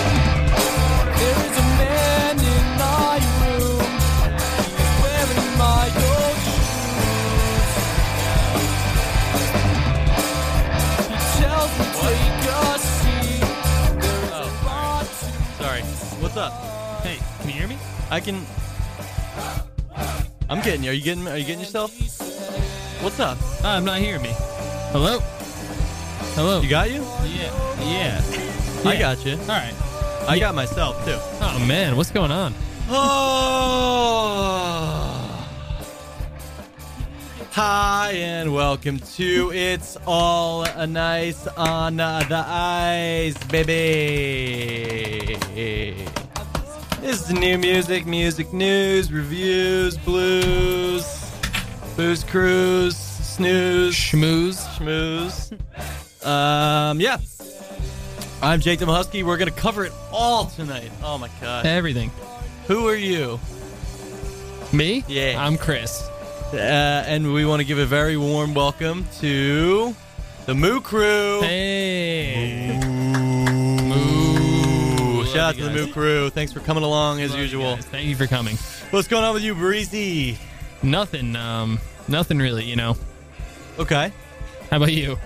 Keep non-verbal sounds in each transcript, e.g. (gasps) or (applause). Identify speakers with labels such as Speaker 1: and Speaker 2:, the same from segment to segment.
Speaker 1: There is a man in my room. He's wearing my old shoes. He tells me take a seat. There's a lot to
Speaker 2: Sorry. What's up? Hey, can you hear me? I can. I'm getting you. Are you getting? Are you getting yourself? What's up?
Speaker 3: Oh, I'm not hearing me. Hello? Hello?
Speaker 2: You got you?
Speaker 3: yeah. Yeah.
Speaker 2: I got you.
Speaker 3: All right.
Speaker 2: I got myself too.
Speaker 3: Oh, man. What's going on?
Speaker 2: Oh. Hi and welcome to It's All Nice on the Ice, baby. This is new music, music news, reviews, blues, booze cruise, snooze,
Speaker 3: Schmooze.
Speaker 2: schmooze. Um, yeah. I'm Jake Husky. We're gonna cover it all tonight. Oh my god.
Speaker 3: Everything.
Speaker 2: Who are you?
Speaker 3: Me?
Speaker 2: Yeah.
Speaker 3: I'm Chris.
Speaker 2: Uh, and we want to give a very warm welcome to the Moo Crew.
Speaker 3: Hey.
Speaker 2: Moo. Shout out to
Speaker 3: you
Speaker 2: the
Speaker 3: guys.
Speaker 2: Moo Crew. Thanks for coming along as
Speaker 3: Love you
Speaker 2: usual.
Speaker 3: guys. Thank you for coming.
Speaker 2: What's going on with you, Breezy?
Speaker 3: Nothing. Um, nothing really, you know.
Speaker 2: Okay.
Speaker 3: How about you?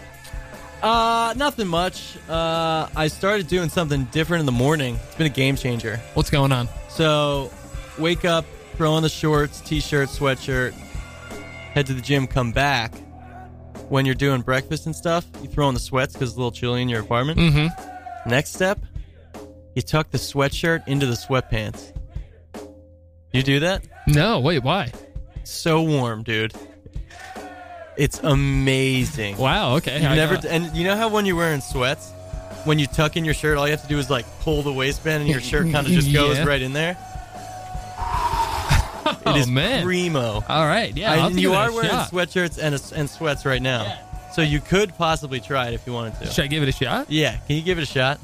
Speaker 2: Uh, nothing much. Uh, I started doing something different in the morning. It's been a game changer.
Speaker 3: What's going on?
Speaker 2: So, wake up, throw on the shorts, t-shirt, sweatshirt, head to the gym, come back. When you're doing breakfast and stuff, you throw on the sweats because it's a little chilly in your apartment.
Speaker 3: Mm-hmm.
Speaker 2: Next step, you tuck the sweatshirt into the sweatpants. You do that?
Speaker 3: No, wait, why?
Speaker 2: So warm, dude. It's amazing.
Speaker 3: Wow, okay.
Speaker 2: You
Speaker 3: I
Speaker 2: never
Speaker 3: got-
Speaker 2: and you know how when you're wearing sweats, when you tuck in your shirt, all you have to do is like pull the waistband, and your shirt kind of just goes
Speaker 3: (laughs) Yeah.
Speaker 2: right in there.
Speaker 3: Oh,
Speaker 2: it is
Speaker 3: man.
Speaker 2: primo.
Speaker 3: All right, yeah. I'll
Speaker 2: and
Speaker 3: give
Speaker 2: you
Speaker 3: it a
Speaker 2: are wearing
Speaker 3: shot.
Speaker 2: sweatshirts and a, and sweats right now, so you could possibly try it if you wanted to.
Speaker 3: Should I give it a shot?
Speaker 2: Yeah, can you give it a shot?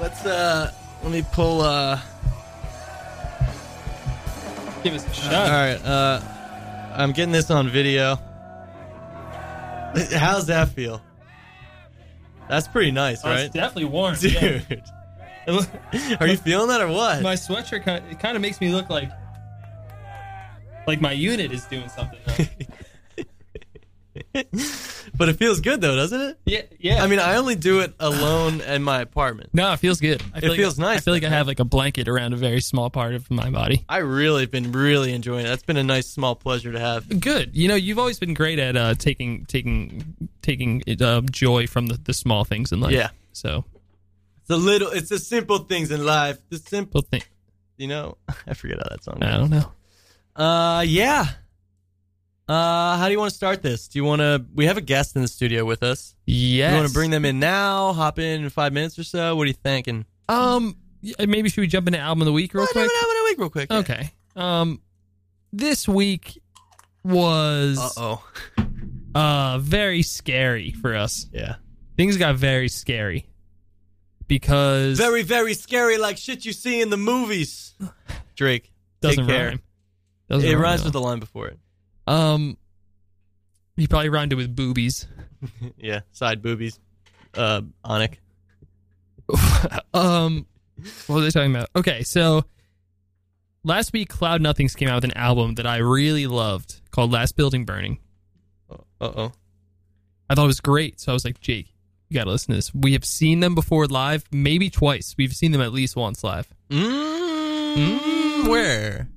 Speaker 2: Let's uh, let me pull uh.
Speaker 3: Give us a
Speaker 2: All right, uh, I'm getting this on video. (laughs) How's that feel? That's pretty nice, right? (laughs)
Speaker 3: definitely warm.
Speaker 2: Dude, are you feeling that or what?
Speaker 3: my sweatshirt kind of, it kind of makes me look like like my unit is doing something.
Speaker 2: (laughs) but it feels good though, doesn't it?
Speaker 3: yeah, yeah.
Speaker 2: I mean, I only do it alone in my apartment.
Speaker 3: no, it feels good. I
Speaker 2: It
Speaker 3: like-
Speaker 2: feels nice,
Speaker 3: I feel like I
Speaker 2: doesn't
Speaker 3: have like a blanket around a very small part of my body.
Speaker 2: I really been really enjoying it. That's been a nice small pleasure to have.
Speaker 3: Good. You know, you've always been great at uh, taking taking taking uh, joy from the, the small things in life.
Speaker 2: Yeah.
Speaker 3: So,
Speaker 2: The little, it's the simple things in life. The simple,
Speaker 3: well, th-
Speaker 2: you know. (laughs) I forget how that song.
Speaker 3: I don't know.
Speaker 2: Uh, yeah. Uh, how do you want to start this? Do you want to? We have a guest in the studio with us.
Speaker 3: Yes.
Speaker 2: You want to bring them in now? Hop in in five minutes or so. What are you thinking?
Speaker 3: Um, y- maybe should we jump into album of the week real
Speaker 2: Well,
Speaker 3: quick?
Speaker 2: I want to wake real quick.
Speaker 3: Okay. Um, this week was
Speaker 2: Uh oh.
Speaker 3: uh very scary for us.
Speaker 2: Yeah.
Speaker 3: things got very scary because
Speaker 2: Very very scary, like shit you see in the movies. (sighs) Drake
Speaker 3: doesn't
Speaker 2: take care.
Speaker 3: rhyme. Doesn't
Speaker 2: it
Speaker 3: rhyme
Speaker 2: rhymes
Speaker 3: at
Speaker 2: with the line before it. (laughs)
Speaker 3: all. um. He probably rhymed it with boobies. (laughs)
Speaker 2: Yeah. Side boobies. Uh, Onic.
Speaker 3: um, what were they talking about? Okay, so last week, Cloud Nothings came out with an album that I really loved called Last Building Burning.
Speaker 2: Uh oh.
Speaker 3: I thought it was great, so I was like, Jake, you gotta listen to this. We have seen them before live, maybe twice. We've seen them at least once live.
Speaker 2: Mm, where?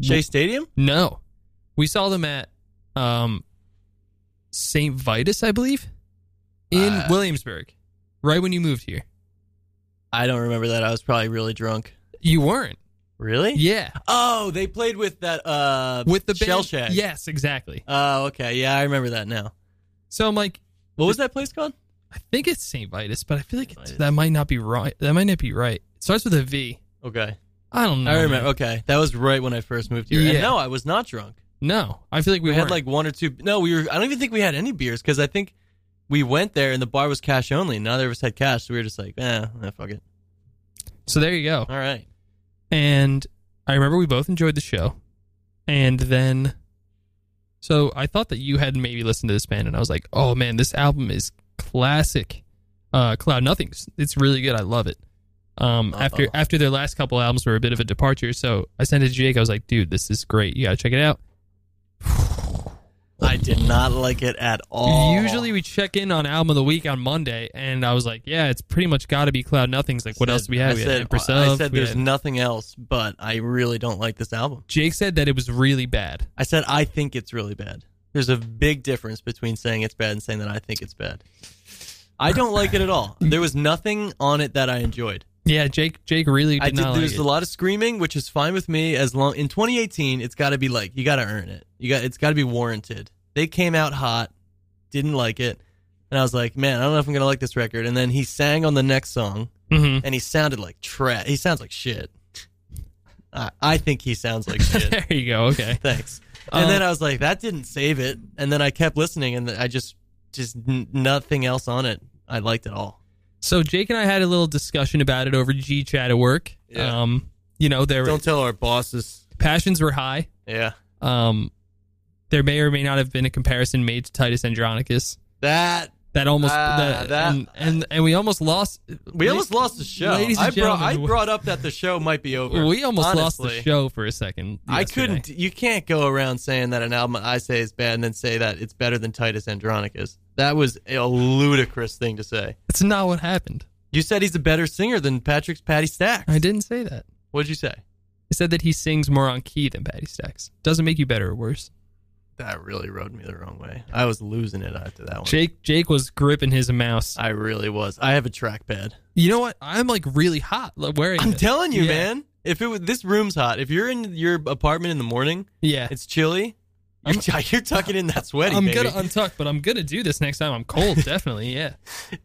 Speaker 2: Shea Stadium.
Speaker 3: No, we saw them at um, St. Vitus, I believe, in
Speaker 2: Uh,
Speaker 3: Williamsburg, right when you moved here.
Speaker 2: I don't remember that. I was probably really drunk.
Speaker 3: You weren't.
Speaker 2: Really?
Speaker 3: Yeah.
Speaker 2: Oh, they played with that uh
Speaker 3: With the
Speaker 2: Shell
Speaker 3: band-
Speaker 2: Shack.
Speaker 3: Yes, exactly.
Speaker 2: Oh, okay. Yeah, I remember that now.
Speaker 3: So I'm like,
Speaker 2: What was that place called?
Speaker 3: I think it's St. Vitus, but I feel like it's,
Speaker 2: Vitus.
Speaker 3: that might not be right. That might not be right. It starts with a V.
Speaker 2: Okay.
Speaker 3: I don't know.
Speaker 2: I
Speaker 3: man.
Speaker 2: remember. Okay. That was right when I first moved here.
Speaker 3: Yeah.
Speaker 2: And no, I was not drunk.
Speaker 3: No, I feel like we,
Speaker 2: We had
Speaker 3: weren't.
Speaker 2: like one or two. No, we were. I don't even think we had any beers because I think we went there and the bar was cash only. Neither of us had cash. So we were just like, eh, eh, fuck it.
Speaker 3: so there you go.
Speaker 2: All right.
Speaker 3: And I remember we both enjoyed the show. And then, so I thought that you had maybe listened to this band, and I was like, oh man, this album is classic. Uh, Cloud Nothings. It's really good. I love it. Um, after
Speaker 2: Uh-oh.
Speaker 3: after their last couple albums were a bit of a departure, so I sent it to Jake. I was like, dude, this is great. You gotta check it out.
Speaker 2: I did not like it at all.
Speaker 3: Usually we check in on album of the week on Monday, and I was like, yeah, it's pretty much got to be Cloud Nothings. Like, what
Speaker 2: Said-
Speaker 3: else do we have?
Speaker 2: I
Speaker 3: we
Speaker 2: said,
Speaker 3: had Empress
Speaker 2: I
Speaker 3: of,
Speaker 2: said
Speaker 3: we
Speaker 2: there's
Speaker 3: had-
Speaker 2: nothing else, but I really don't like this album.
Speaker 3: Jake said that it was really bad.
Speaker 2: I said I think it's really bad. There's a big difference between saying it's bad and saying that I think it's bad. I don't like it at all. There was nothing on it that I enjoyed.
Speaker 3: Yeah, Jake. Jake really did
Speaker 2: I did,
Speaker 3: not like
Speaker 2: there's
Speaker 3: it.
Speaker 2: a lot of screaming, which is fine with me as long in 2018 it's got to be like you got to earn it. You got it's got to be warranted. They came out hot, didn't like it, and I was like, "Man, I don't know if I'm going to like this record." And then he sang on the next song
Speaker 3: Mhm.
Speaker 2: and he sounded like trash. He sounds like shit. I, I think he sounds
Speaker 3: (laughs)
Speaker 2: like shit.
Speaker 3: there you go. Okay.
Speaker 2: Thanks. And
Speaker 3: Um,
Speaker 2: then I was like, that didn't save it. And then I kept listening, and I just just n- nothing else on it. I liked it all.
Speaker 3: So Jake and I had a little discussion about it over G chat at work.
Speaker 2: Yeah.
Speaker 3: Um, you know, their
Speaker 2: Don't tell our bosses.
Speaker 3: passions were high.
Speaker 2: Yeah,
Speaker 3: Um, there may or may not have been a comparison made to Titus Andronicus.
Speaker 2: that
Speaker 3: That almost
Speaker 2: Ah,
Speaker 3: that,
Speaker 2: that-
Speaker 3: and, and and we almost lost.
Speaker 2: we almost lost the show.
Speaker 3: Ladies and
Speaker 2: I brought I
Speaker 3: gentlemen, we-
Speaker 2: brought up that the show might be over.
Speaker 3: We almost lost
Speaker 2: honestly.
Speaker 3: the show for a second.
Speaker 2: I
Speaker 3: yesterday.
Speaker 2: couldn't. You can't go around saying that an album I say is bad and then say that it's better than Titus Andronicus. That was a ludicrous thing to say.
Speaker 3: That's not what happened.
Speaker 2: You said he's a better singer than Patrick's Patty Stack.
Speaker 3: I didn't say that.
Speaker 2: What'd you say?
Speaker 3: I said that he sings more on key than Patty Stacks. Doesn't make you better or worse.
Speaker 2: That really rode me the wrong way. I was losing it after that one.
Speaker 3: Jake Jake was gripping his mouse.
Speaker 2: I really was. I have a trackpad.
Speaker 3: You know what? I'm like really hot. Like wearing
Speaker 2: I'm
Speaker 3: this.
Speaker 2: telling you,
Speaker 3: Yeah.
Speaker 2: man. If it was this room's hot, if you're in your apartment in the morning,
Speaker 3: Yeah.
Speaker 2: it's chilly. You're, (laughs) tu- you're tucking in that sweaty.
Speaker 3: I'm
Speaker 2: baby.
Speaker 3: gonna untuck, but I'm gonna do this next time.
Speaker 2: (laughs)
Speaker 3: I'm cold, definitely. Yeah,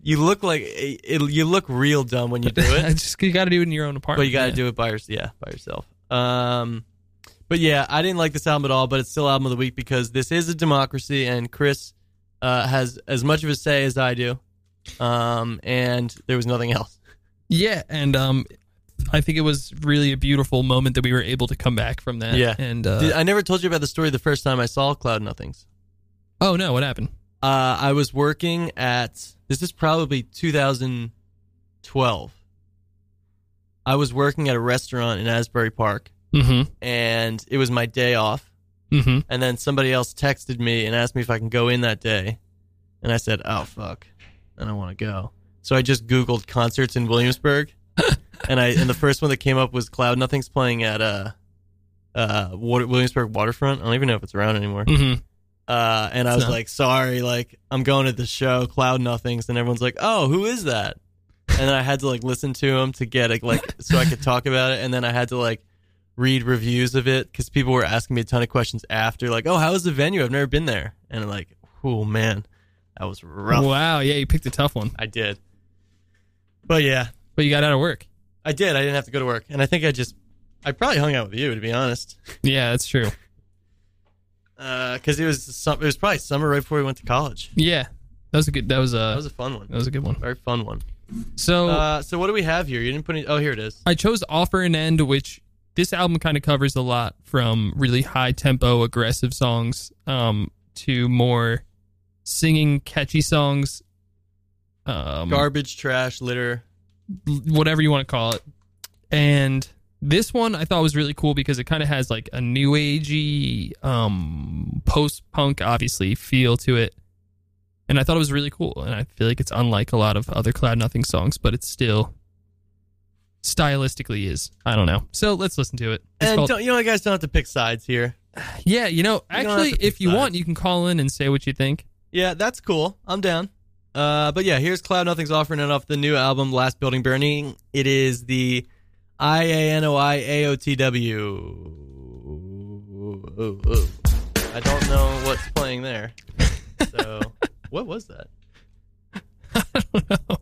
Speaker 2: you look like it, it- you look real dumb when you
Speaker 3: (laughs)
Speaker 2: do it,
Speaker 3: just you got to do it in your own
Speaker 2: but
Speaker 3: apartment.
Speaker 2: you got to do it by your, yeah by yourself. Um, but yeah, I didn't like this album at all. But it's still album of the week because this is a democracy, and Chris uh, has as much of a say as I do. Um, and there was nothing else.
Speaker 3: Yeah, and um, I think it was really a beautiful moment that we were able to come back from that.
Speaker 2: Yeah.
Speaker 3: and uh,
Speaker 2: Did- I never told you about the story the first time I saw Cloud Nothings.
Speaker 3: oh no, what happened?
Speaker 2: uh, I was working at this is probably 2012. I was working at a restaurant in Asbury Park,
Speaker 3: Mm-hmm.
Speaker 2: and it was my day off.
Speaker 3: Mm-hmm.
Speaker 2: And then somebody else texted me and asked me if I can go in that day, and I said, "Oh fuck, I don't want to go." So I just Googled concerts in Williamsburg, and I and the first one that came up was Cloud Nothing's playing at uh uh Water, Williamsburg Waterfront. I don't even know if it's around anymore.
Speaker 3: Mm-hmm.
Speaker 2: Uh, and I
Speaker 3: It's
Speaker 2: was
Speaker 3: not-
Speaker 2: like, sorry, like I'm going to the show, Cloud Nothings, and everyone's like, oh, who is that? And then I had to like listen to him to get it, like so I could talk about it, and then I had to like read reviews of it because people were asking me a ton of questions after, like, oh, how is the venue? I've never been there, and I'm like, oh man, that was rough.
Speaker 3: Wow, yeah, you picked a tough one,
Speaker 2: I did, but yeah,
Speaker 3: but you got out of work.
Speaker 2: I did. I didn't have to go to work, and I think I just, I probably hung out with you to be honest,
Speaker 3: Yeah, that's true.
Speaker 2: because it was some, it was probably summer right before we went to college.
Speaker 3: Yeah, that was a good. That was a
Speaker 2: That was a fun one.
Speaker 3: good one.
Speaker 2: Very fun one.
Speaker 3: So
Speaker 2: Uh, so what do we have here? You didn't put any. Oh, here it is.
Speaker 3: I chose Offer and End, which this album kind of covers a lot from really high tempo, aggressive songs um, to more singing, catchy songs, um,
Speaker 2: Garbage, trash, litter.
Speaker 3: whatever you want to call it. And this one I thought was really cool because it kind of has like a new agey, um, post punk, obviously, feel to it. And I thought it was really cool. And I feel like it's unlike a lot of other Cloud Nothing songs, but it still stylistically is. I don't know. So let's listen to it. It's
Speaker 2: And
Speaker 3: called-
Speaker 2: don't, you know, you guys don't have to pick sides here.
Speaker 3: yeah, you know,
Speaker 2: don't have
Speaker 3: actually,
Speaker 2: to
Speaker 3: if you
Speaker 2: decide.
Speaker 3: want, you can call in and say what you think.
Speaker 2: Yeah, that's cool. I'm down. Uh, but yeah, here's Cloud Nothing's offering it off the new album, Last Building Burning. It is the I A N O I A O T W. I don't know what's playing
Speaker 3: (laughs)
Speaker 2: there. So, what was that?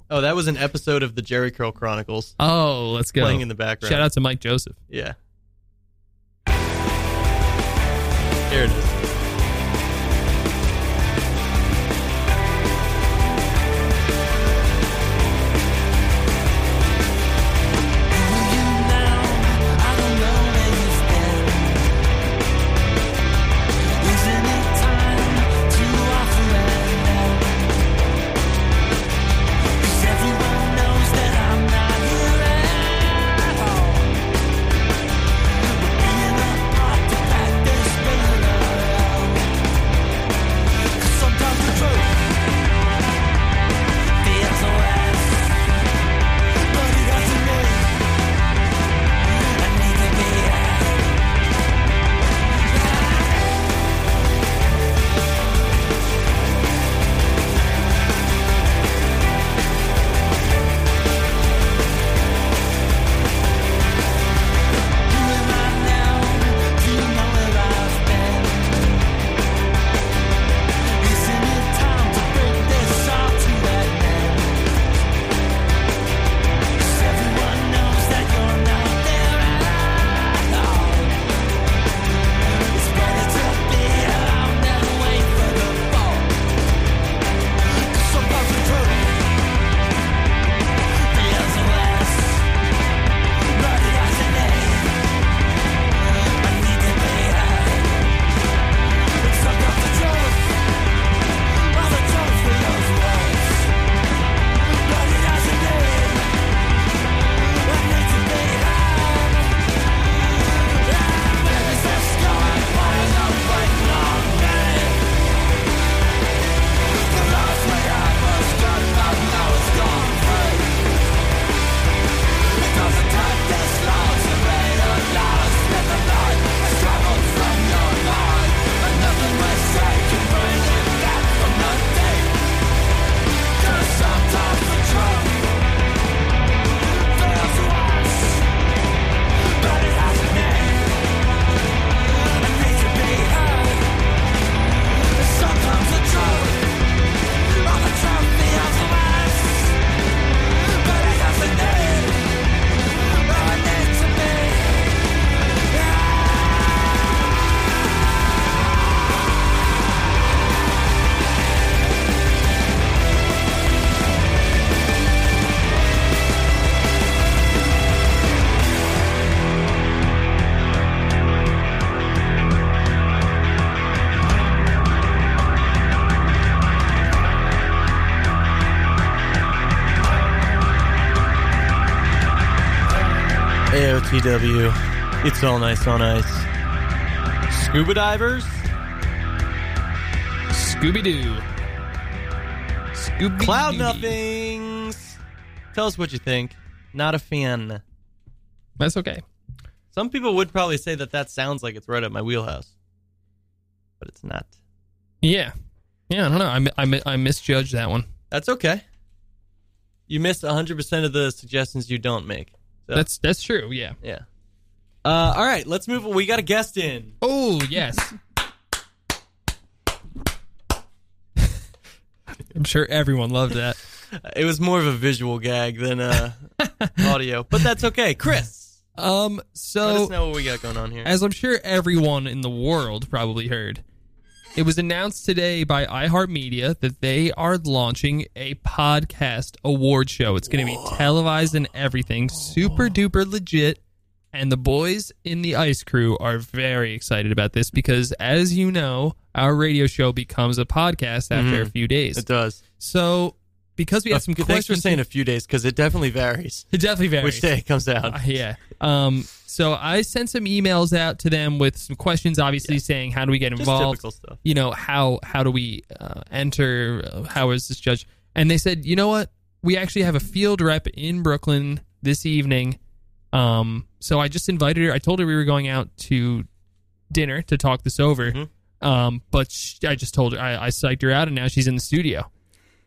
Speaker 2: Oh, that was an episode of the Jerry Curl Chronicles
Speaker 3: Oh, let's go.
Speaker 2: playing in the background.
Speaker 3: Shout out to Mike Joseph.
Speaker 2: Yeah. There it is. AOTW. It's all nice on ice. Scuba divers?
Speaker 3: Scooby Doo. Scooby (laughs)
Speaker 2: Cloud nothings. Tell us what you think. Not a fan.
Speaker 3: That's okay.
Speaker 2: Some people would probably say that that sounds like it's right up my wheelhouse, but it's not.
Speaker 3: Yeah. Yeah, I don't know. I, mi- I, mi- I misjudged that one.
Speaker 2: That's okay. You miss 100% of the suggestions you don't make. So,
Speaker 3: That's that's true. Yeah.
Speaker 2: yeah. Uh, all right, let's move. We got a guest in.
Speaker 3: Oh yes. (laughs) I'm sure everyone loved that.
Speaker 2: It was more of a visual gag than (laughs) uh, audio, but that's okay. Chris,
Speaker 3: Um.
Speaker 2: let
Speaker 3: So
Speaker 2: us know what we got going on here.
Speaker 3: as I'm sure everyone in the world probably heard, it was announced today by iHeartMedia that they are launching a podcast award show. It's going to be televised and everything, super duper legit. And the boys in the Ice Crew are very excited about this because, as you know, our radio show becomes a podcast after a few days.
Speaker 2: Mm-hmm. it does. Uh,
Speaker 3: So, because we had some
Speaker 2: Thanks for
Speaker 3: questions,
Speaker 2: saying a few days because it definitely varies
Speaker 3: it (laughs) definitely varies.
Speaker 2: which day it comes out.
Speaker 3: Uh, (laughs) yeah. Um, so I sent some emails out to them with some questions, obviously saying how do we get
Speaker 2: Just
Speaker 3: involved?
Speaker 2: typical stuff.
Speaker 3: You know how how do we uh, enter? Uh, How is this judge? And they said, you know what? We actually have a field rep in Brooklyn this evening. Um, so I just invited her. I told her we were going out to dinner to
Speaker 2: Mm-hmm.
Speaker 3: talk this over. Um, but sh I just told her I, I psyched her out, and now she's in the studio.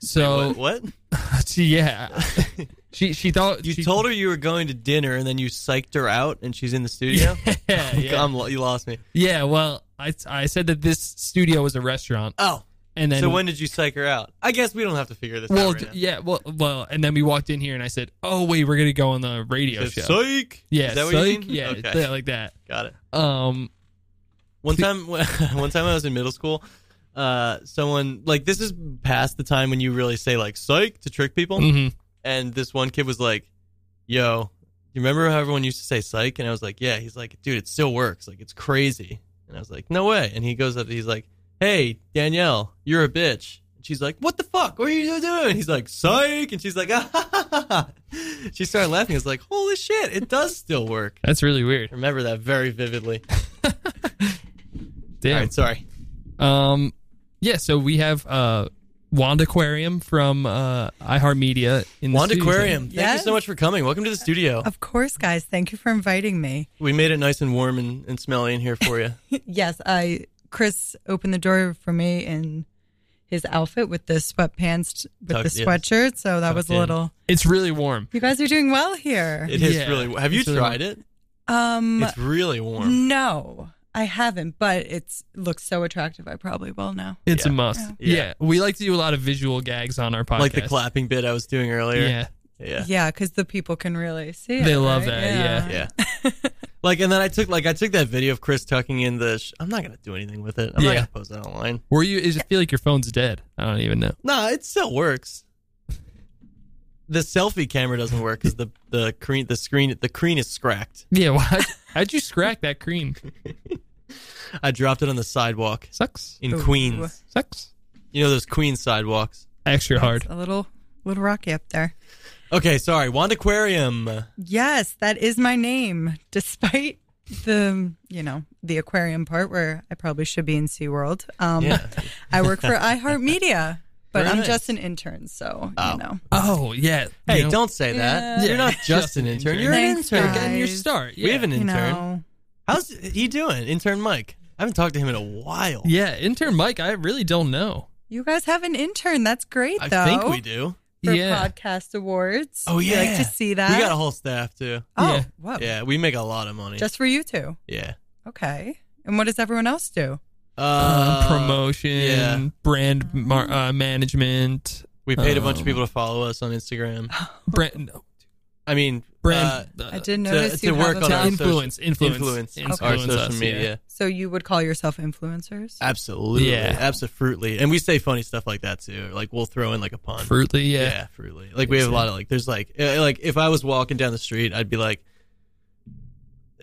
Speaker 3: So
Speaker 2: Wait, what? what?
Speaker 3: (laughs) yeah,
Speaker 2: (laughs)
Speaker 3: she she thought
Speaker 2: You
Speaker 3: she,
Speaker 2: told her you were going to dinner, and then you psyched her out, and she's in the studio.
Speaker 3: (laughs) Yeah,
Speaker 2: (laughs)
Speaker 3: yeah.
Speaker 2: I'm lo- you lost me.
Speaker 3: Yeah, well, I, I said that this studio was a restaurant,
Speaker 2: Oh,
Speaker 3: and then
Speaker 2: so when did you psych her out? I guess we don't have to figure this
Speaker 3: well,
Speaker 2: out.
Speaker 3: d-
Speaker 2: Right now.
Speaker 3: yeah, well, well, and then we walked in here, and I said, "Oh wait, we're gonna go on the radio
Speaker 2: Just
Speaker 3: show."
Speaker 2: Psych.
Speaker 3: yeah,
Speaker 2: Is that what
Speaker 3: psych,
Speaker 2: you mean?
Speaker 3: yeah,
Speaker 2: Okay.
Speaker 3: yeah, like that.
Speaker 2: Got it.
Speaker 3: Um,
Speaker 2: One time, (laughs) one time I was in middle school. Uh, someone like this is past the time when you really say like "psych" to trick people,
Speaker 3: mhm.
Speaker 2: and this one kid was like, "Yo, you remember how everyone used to say psych?" And I was like, "Yeah." He's like, "Dude, it still works. Like, it's crazy." And I was like, "No way!" And he goes up, he's like, "Hey, Danielle, you're a bitch." And she's like, "What the fuck? What are you doing?" And he's like, "Psych," and she's like, (laughs) "Ah!" ha, ha, ha, ha." She started laughing. I was like, "Holy shit! It does still work."
Speaker 3: that's really weird.
Speaker 2: I remember that very vividly. All
Speaker 3: Damn.
Speaker 2: right, sorry.
Speaker 3: Um, yeah, so we have uh, Wand Aquarium from uh, iHeartMedia in the
Speaker 2: Wand
Speaker 3: studio
Speaker 2: Aquarium, thank
Speaker 4: Yes.
Speaker 2: you so much for coming. Welcome to the studio.
Speaker 4: Of course, guys. Thank you for inviting me. (laughs)
Speaker 2: We made it nice and warm and, and smelly in here for you.
Speaker 4: Yes, I Chris opened the door for me in his outfit with the sweatpants with the
Speaker 2: Tucked in.
Speaker 4: sweatshirt, so that was
Speaker 2: Tucked in.
Speaker 4: a little.
Speaker 3: It's really warm.
Speaker 4: You guys are doing well here.
Speaker 2: It is
Speaker 3: Yeah,
Speaker 2: really. Have you
Speaker 3: it's really
Speaker 2: tried it?
Speaker 4: um,
Speaker 2: It's really warm.
Speaker 4: no, I haven't, but it's looks so attractive. I probably will now.
Speaker 3: It's
Speaker 2: Yeah.
Speaker 3: a must.
Speaker 2: Yeah.
Speaker 3: Yeah. we like to do a lot of visual gags on our podcast,
Speaker 2: Like the clapping bit I was doing earlier.
Speaker 3: Yeah,
Speaker 2: Yeah.
Speaker 4: Yeah, because the people can really see.
Speaker 3: They
Speaker 4: it,
Speaker 3: love
Speaker 4: right?
Speaker 3: that,
Speaker 2: Yeah.
Speaker 4: (laughs)
Speaker 2: like and then I took like I took that video of Chris tucking in the sh- I'm not going to do anything with it. I'm not
Speaker 3: Yeah.
Speaker 2: going to post that online.
Speaker 3: were you? Is it feel like your phone's dead? I don't even know.
Speaker 2: Nah, it still works. The selfie camera doesn't work cuz the the cream the screen the cream is cracked.
Speaker 3: Yeah, well, how'd, how'd you scrack that cream?
Speaker 2: I dropped it on the sidewalk
Speaker 3: Sucks.
Speaker 2: in
Speaker 4: Ooh.
Speaker 2: Queens.
Speaker 3: Sucks.
Speaker 2: You know those Queens sidewalks.
Speaker 3: Extra hard.
Speaker 4: It's a little little rocky up there.
Speaker 2: Okay, sorry. Wand Aquarium.
Speaker 4: Yes, that is my name, (laughs) despite the you know the aquarium part where I probably should be in SeaWorld. Um,
Speaker 2: Yeah.
Speaker 4: (laughs) I work for iHeartMedia, but
Speaker 2: Very
Speaker 4: I'm
Speaker 2: nice.
Speaker 4: just an intern, so
Speaker 2: Oh.
Speaker 4: you know.
Speaker 3: Oh yeah.
Speaker 2: Hey,
Speaker 3: You know,
Speaker 2: don't say that.
Speaker 4: Yeah.
Speaker 2: You're not just an intern. You're an
Speaker 4: Thanks,
Speaker 2: intern.
Speaker 4: guys.
Speaker 3: getting your start. Yeah.
Speaker 2: We have an
Speaker 4: You
Speaker 2: intern.
Speaker 4: know,
Speaker 2: How's he doing? Intern Mike. I haven't talked to him in a while.
Speaker 3: yeah intern Mike. I really don't know.
Speaker 4: you guys have an intern. That's great,
Speaker 2: I
Speaker 4: though.
Speaker 2: think we do.
Speaker 4: For
Speaker 3: yeah.
Speaker 4: podcast awards.
Speaker 2: Oh,
Speaker 4: We
Speaker 2: yeah.
Speaker 4: like to see that.
Speaker 2: We got a whole staff too.
Speaker 4: oh,
Speaker 3: Yeah.
Speaker 4: whoa.
Speaker 2: Yeah, we make a lot of money.
Speaker 4: Just for you two.
Speaker 2: yeah.
Speaker 4: Okay. And what does everyone else do?
Speaker 3: Uh,
Speaker 2: Uh,
Speaker 3: promotion,
Speaker 2: yeah.
Speaker 3: brand mar- uh, management,
Speaker 2: We paid a bunch
Speaker 4: Oh.
Speaker 2: of
Speaker 3: Um,
Speaker 2: people to follow us on Instagram.
Speaker 3: brand, no,
Speaker 2: I mean,
Speaker 3: brand. uh,
Speaker 4: I didn't
Speaker 2: to-
Speaker 4: notice
Speaker 2: to
Speaker 4: you
Speaker 2: work
Speaker 4: have
Speaker 2: on
Speaker 4: a
Speaker 3: to
Speaker 2: our
Speaker 4: job.
Speaker 3: influence,
Speaker 2: uh,
Speaker 3: influence,
Speaker 2: influence,
Speaker 3: influence
Speaker 2: our
Speaker 3: us,
Speaker 2: social
Speaker 3: yeah.
Speaker 2: media.
Speaker 4: So you would call yourself influencers?
Speaker 2: Uh, Absolutely,
Speaker 3: Yeah.
Speaker 2: absolutely. And we say funny stuff like that too. Like we'll throw in like a pun.
Speaker 3: Fruitly, yeah.
Speaker 2: Yeah, absolutely. Like we have a lot of like. There's like uh, like if I was walking down the street, I'd be like,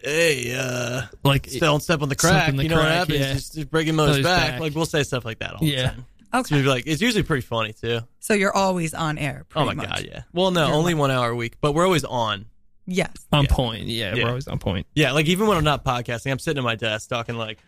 Speaker 2: "Hey, uh,
Speaker 3: Like,
Speaker 2: don't step on the
Speaker 3: Step
Speaker 2: crack."
Speaker 3: on the
Speaker 2: you know what
Speaker 3: crack,
Speaker 2: happens?
Speaker 3: yeah.
Speaker 2: Just, just breaking Mo's
Speaker 3: Mo's
Speaker 2: back.
Speaker 3: back.
Speaker 2: Like we'll say stuff like that all
Speaker 3: Yeah.
Speaker 2: the time. So
Speaker 4: Okay.
Speaker 2: we'd be like, it's usually pretty funny too.
Speaker 4: So you're always on air.
Speaker 2: Oh my
Speaker 4: pretty much.
Speaker 2: god, yeah. Well, no,
Speaker 4: You're
Speaker 2: only one hour a week, but we're always on.
Speaker 4: Yes.
Speaker 3: on
Speaker 2: yeah.
Speaker 3: point. Yeah,
Speaker 2: Yeah.
Speaker 3: we're always on point.
Speaker 2: Yeah, like even when I'm not podcasting, I'm sitting at my desk talking like,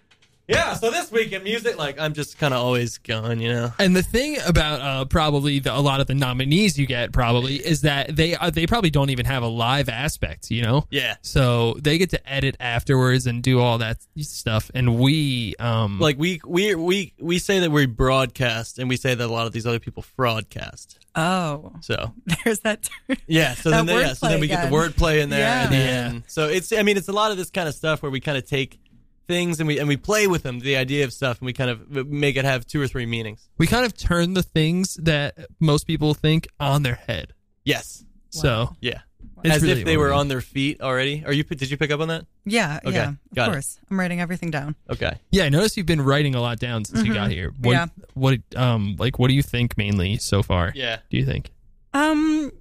Speaker 2: yeah. So this week in music, like I'm just kind of always gone, you know.
Speaker 3: And the thing about uh, probably the, a lot of the nominees you get probably is that they uh, they probably don't even have a live aspect, you know.
Speaker 2: Yeah,
Speaker 3: So they get to edit afterwards and do all that stuff, and we um
Speaker 2: like we we we we say that we broadcast, and we say that a lot of these other people fraudcast.
Speaker 4: Oh, (laughs)
Speaker 2: So
Speaker 4: there's that term.
Speaker 2: yeah, so then
Speaker 4: That
Speaker 2: they, yeah, so
Speaker 4: wordplay
Speaker 2: then we get the
Speaker 4: again.
Speaker 2: wordplay in there, and
Speaker 4: Yeah.
Speaker 2: then so it's I mean it's a lot of this kind of stuff where we kind of take things and we and we play with them, the idea of stuff, and we kind of make it have two or three meanings.
Speaker 3: we kind of turn the things that most people think on their head.
Speaker 2: Yes.
Speaker 3: So
Speaker 2: Yeah.
Speaker 3: It's
Speaker 2: As
Speaker 3: really
Speaker 2: if they were
Speaker 3: overwhelming.
Speaker 2: on their feet already. Are you? Did you pick up on that?
Speaker 4: Yeah,
Speaker 2: Okay,
Speaker 4: yeah. Of
Speaker 2: got it.
Speaker 4: course. I'm writing everything down.
Speaker 2: Okay.
Speaker 3: yeah, I noticed you've been writing a lot down since you got here. What,
Speaker 4: Mm-hmm. Yeah.
Speaker 3: What um like what do you think mainly so far?
Speaker 2: Yeah.
Speaker 3: Do you think?
Speaker 4: Um,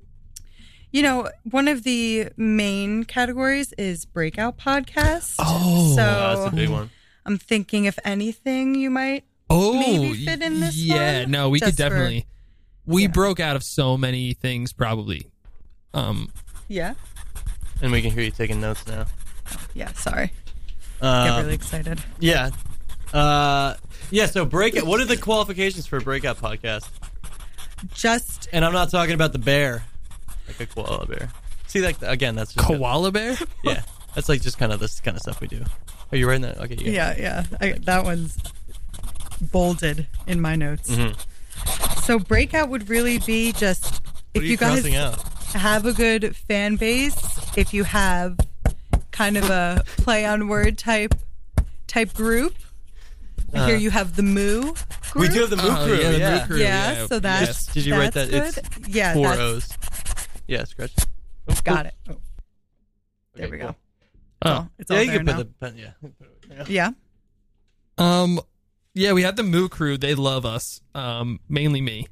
Speaker 4: you know, one of the main categories is breakout podcasts.
Speaker 3: Oh.
Speaker 4: so
Speaker 2: Oh, that's a big one.
Speaker 4: I'm thinking if anything, you might.
Speaker 3: Oh,
Speaker 4: Maybe fit in this
Speaker 3: yeah.
Speaker 4: one?
Speaker 3: No, we could
Speaker 4: Just for-
Speaker 3: definitely. we
Speaker 4: yeah.
Speaker 3: broke out of so many things probably. Um,
Speaker 4: Yeah,
Speaker 2: And we can hear you taking notes now.
Speaker 4: yeah. Sorry, I get
Speaker 2: Uh,
Speaker 4: really excited.
Speaker 2: yeah. Uh, yeah. So breakout. What are the qualifications for a breakout podcast?
Speaker 4: Just
Speaker 2: And I'm not talking about the bear, like a koala bear. See, like again, that's just
Speaker 3: koala bear.
Speaker 2: yeah. That's like just kind of this kind of stuff we do. Are you writing that? Okay.
Speaker 4: yeah, yeah. I, that one's bolded in my notes. So breakout would really be just
Speaker 2: Mm-hmm.
Speaker 4: if
Speaker 2: are
Speaker 4: you,
Speaker 2: you
Speaker 4: guys
Speaker 2: crossing out?
Speaker 4: have a good fan base, if you have kind of a play on word type type group. I hear you have the Moo.
Speaker 2: Uh-huh. We do have the
Speaker 3: Oh,
Speaker 2: Mook Crew.
Speaker 3: the
Speaker 2: Uh, yeah.
Speaker 3: Mook Crew,
Speaker 4: yeah, so that's
Speaker 3: yes.
Speaker 2: Did you write
Speaker 4: that's
Speaker 2: that? It's
Speaker 4: good. yeah,
Speaker 2: Four
Speaker 4: that's,
Speaker 2: O's. Yeah, scratch.
Speaker 4: Got it. Oh, there
Speaker 2: Okay,
Speaker 4: we
Speaker 2: cool.
Speaker 4: go.
Speaker 3: Oh.
Speaker 4: It's all
Speaker 2: Yeah, you
Speaker 4: there
Speaker 2: can
Speaker 4: now.
Speaker 2: put the pen. Yeah.
Speaker 4: yeah.
Speaker 3: Um, yeah, we had the Moo Crew. They love us, um, mainly me.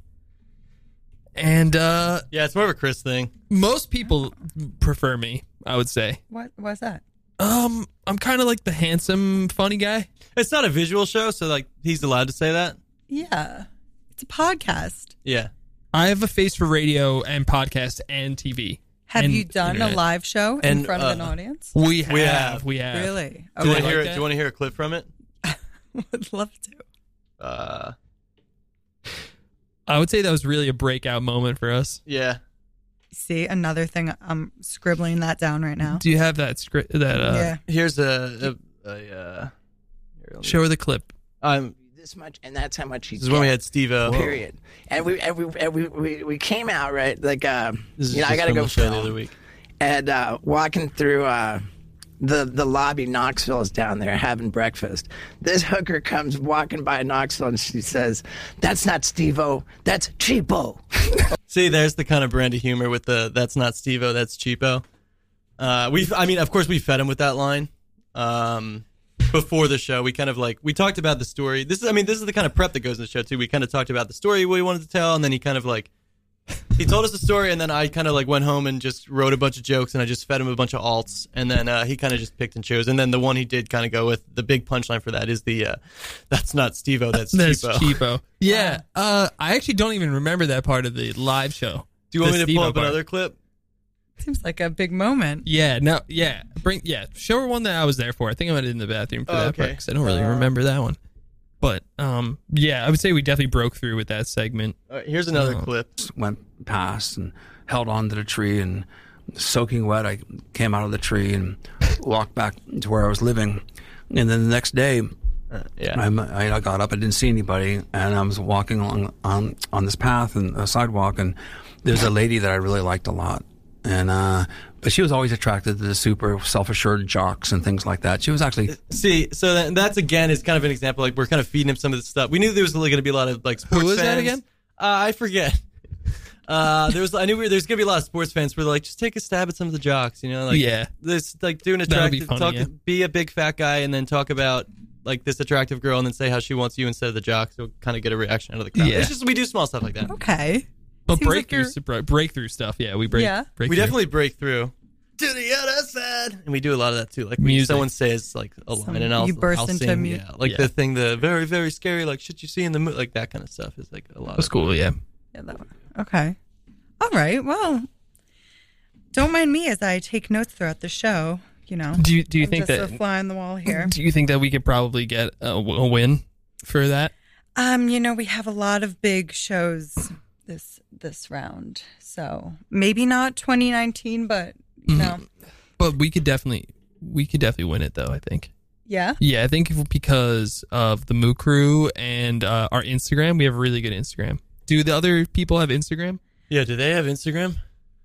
Speaker 3: And uh,
Speaker 2: Yeah, it's more of a Chris thing.
Speaker 3: most people prefer me, I would say.
Speaker 4: What was that?
Speaker 3: Um, I'm kind of like the handsome, funny guy.
Speaker 2: It's not a visual show, so like he's allowed to say that.
Speaker 4: Yeah. It's a podcast.
Speaker 2: Yeah.
Speaker 3: I have a face for radio and podcast and TV.
Speaker 4: Have
Speaker 3: and
Speaker 4: you done
Speaker 3: internet.
Speaker 4: a live show in
Speaker 2: And,
Speaker 4: front of an
Speaker 2: uh,
Speaker 4: audience?
Speaker 3: We have, we have.
Speaker 2: have.
Speaker 4: Really?
Speaker 2: Do you
Speaker 4: Okay.
Speaker 2: want to hear? it?
Speaker 3: like
Speaker 2: do
Speaker 3: that?
Speaker 2: you want to hear a clip from it?
Speaker 4: (laughs) Would love to.
Speaker 2: Uh,
Speaker 3: I would say that was really a breakout moment for us.
Speaker 2: yeah.
Speaker 4: See, another thing. I'm scribbling that down right now.
Speaker 3: Do you have that script? That uh,
Speaker 4: yeah.
Speaker 2: Here's a. a, a uh, here, let me-
Speaker 3: show her the clip.
Speaker 2: I'm.
Speaker 5: this much, and that's how much he.
Speaker 2: This is when we had Steve O.
Speaker 5: period. And we and we and we, we we came out right like uh,
Speaker 2: This is
Speaker 5: you know I
Speaker 2: just
Speaker 5: gotta
Speaker 2: from
Speaker 5: go
Speaker 2: the show the
Speaker 5: film.
Speaker 2: other week.
Speaker 5: and uh, walking through uh, the the lobby. Knoxville is down there having breakfast. This hooker comes walking by Knoxville, and she says, "That's not Steve-O, that's Cheapo."
Speaker 2: See, there's the kind of brand of humor with the that's not Steve O, that's Cheapo. Uh, we, I mean, of course, we fed him with that line um, before the show. We kind of like we talked about the story. This is, I mean, this is the kind of prep that goes in the show too. We kind of talked about the story we wanted to tell, and then he kind of like he told us the story, and then I kind of like went home and just wrote a bunch of jokes, and I just fed him a bunch of alts, and then uh, he kind of just picked and chose, and then the one he did kind of go with the big punchline for that is the uh, that's not Steve O, that's,
Speaker 3: That's
Speaker 2: Cheapo.
Speaker 3: cheapo. Yeah, uh, I actually don't even remember that part of the live show.
Speaker 2: Do you want
Speaker 3: The
Speaker 2: me to pull
Speaker 3: Steve-O
Speaker 2: up
Speaker 3: part.
Speaker 2: another clip?
Speaker 4: Seems like a big moment.
Speaker 3: Yeah, no, yeah, bring yeah, show her one that I was there for. I think I went in the bathroom for
Speaker 2: Oh,
Speaker 3: that
Speaker 2: okay.
Speaker 3: part because I don't really remember that one. But um, yeah, I would say we definitely broke through with that segment.
Speaker 2: All right, here's another
Speaker 3: Oh.
Speaker 2: clip.
Speaker 6: went past and held onto the tree and soaking wet i came out of the tree and walked back to where i was living and then the next day
Speaker 2: Yeah.
Speaker 6: I, I got up i didn't see anybody and i was walking along on, on this path and a sidewalk and there's a lady that i really liked a lot and uh, but she was always attracted to the super self-assured jocks and things like that she was actually
Speaker 2: See, so that, that's again is kind of an example. Like we're kind of feeding him some of this stuff. We knew there was going to be a lot of like sports
Speaker 3: is
Speaker 2: fans.
Speaker 3: that again?
Speaker 2: Uh, I forget. (laughs) Uh, there was I knew we were, there's going to be a lot of sports fans. Where they're like, just take a stab at some of the jocks, you know? Like,
Speaker 3: Yeah.
Speaker 2: This like do an
Speaker 3: That'll be
Speaker 2: attractive,
Speaker 3: funny,
Speaker 2: talk,
Speaker 3: yeah.
Speaker 2: be a big fat guy, and then talk about like this attractive girl, and then say how she wants you instead of the jocks. You'll kind of get a reaction out of the crowd.
Speaker 3: Yeah.
Speaker 2: It's just we do small stuff like that.
Speaker 4: Okay.
Speaker 3: But
Speaker 4: Seems like
Speaker 3: breakthrough,
Speaker 4: you're-
Speaker 3: surpri- breakthrough stuff. Yeah, we break.
Speaker 4: Yeah.
Speaker 3: break
Speaker 2: We
Speaker 3: through.
Speaker 2: definitely break through. To the other side, and we do a lot of that too. Like when
Speaker 3: Music.
Speaker 2: someone says like a line,
Speaker 4: Some-
Speaker 2: and I'll,
Speaker 4: you burst
Speaker 2: I'll
Speaker 4: into
Speaker 2: sing,
Speaker 4: mu-
Speaker 2: yeah, like
Speaker 3: Yeah.
Speaker 2: the thing, the very very scary, like shit you see in the mo like that kind of stuff is like a lot.
Speaker 3: That's
Speaker 2: of,
Speaker 3: cool. Yeah.
Speaker 4: Yeah, that one. Okay. All right. Well, don't mind me as I take notes throughout the show. You know,
Speaker 3: Do you do you
Speaker 4: I'm
Speaker 3: think
Speaker 4: just
Speaker 3: that
Speaker 4: a fly on the wall here?
Speaker 3: (clears throat) do you think that we could probably get a, w- a win for that?
Speaker 4: Um, you know, we have a lot of big shows this this round, so maybe not 2019, but
Speaker 3: Mm-hmm.
Speaker 4: you know,
Speaker 3: But we could definitely we could definitely win it though. I think.
Speaker 4: yeah.
Speaker 3: Yeah, I think if- because of the Moo Crew and uh, our Instagram, we have a really good Instagram. Do the other people have Instagram?
Speaker 2: Yeah, do they have Instagram?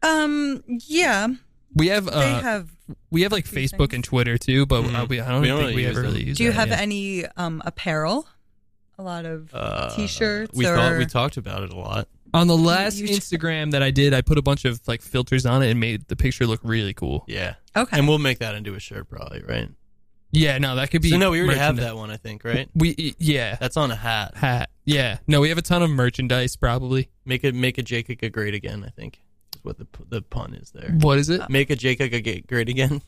Speaker 4: Um, yeah,
Speaker 3: We have. Uh,
Speaker 4: they have.
Speaker 3: We have like
Speaker 4: These
Speaker 3: Facebook and Twitter too, but uh, we, I
Speaker 2: Mm-hmm.
Speaker 3: don't
Speaker 2: We
Speaker 3: think
Speaker 2: don't really
Speaker 3: we
Speaker 2: use
Speaker 3: ever
Speaker 2: them.
Speaker 3: really use.
Speaker 4: Do you
Speaker 3: that,
Speaker 4: have
Speaker 3: yeah.
Speaker 4: any um apparel? A lot of
Speaker 2: Uh,
Speaker 4: t-shirts.
Speaker 2: We
Speaker 4: or...
Speaker 2: thought we talked about it a lot.
Speaker 3: on the last
Speaker 4: you-
Speaker 3: Instagram that I did? I put a bunch of like filters on it and made the picture look really cool.
Speaker 2: Yeah,
Speaker 4: Okay.
Speaker 2: and we'll make that into a shirt probably, right?
Speaker 3: Yeah, no, that could be.
Speaker 2: So no, we already have
Speaker 3: merchandise.
Speaker 2: that one, I think, right?
Speaker 3: We yeah,
Speaker 2: That's on a hat.
Speaker 3: hat. Yeah, no, we have a ton of merchandise probably.
Speaker 2: Make it make a Jacob a great again. I think is what the the pun is there.
Speaker 3: What is it?
Speaker 2: Make a Jacob a ga- great again.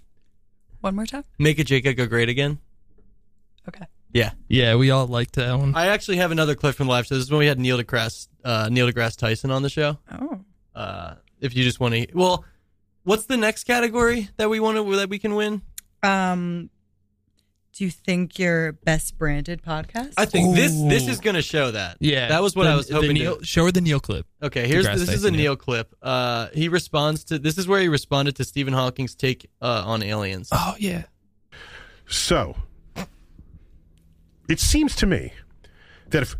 Speaker 4: One more time.
Speaker 2: Make a Jacob a great again.
Speaker 4: Okay.
Speaker 2: Yeah.
Speaker 3: Yeah, we all liked that one.
Speaker 2: I actually have another clip from the live show. This is when we had Neil deGrasse uh, Neil deGrasse Tyson on the show.
Speaker 4: Oh.
Speaker 2: Uh, if you just want to, well, what's the next category that we want to that we can win?
Speaker 4: Um, do you think your best branded podcast?
Speaker 2: I think this this
Speaker 3: Ooh.
Speaker 2: is going to show that.
Speaker 3: yeah,
Speaker 2: that was what
Speaker 3: the-
Speaker 2: I was
Speaker 3: the
Speaker 2: hoping.
Speaker 3: Neil-
Speaker 2: to,
Speaker 3: show her the Neil clip.
Speaker 2: okay, here's
Speaker 3: deGrasse
Speaker 2: this is a
Speaker 3: Tyson, yeah.
Speaker 2: Neil clip. Uh, he responds to this is where he responded to Stephen Hawking's take uh, on aliens.
Speaker 3: Oh yeah,
Speaker 7: So, it seems to me that if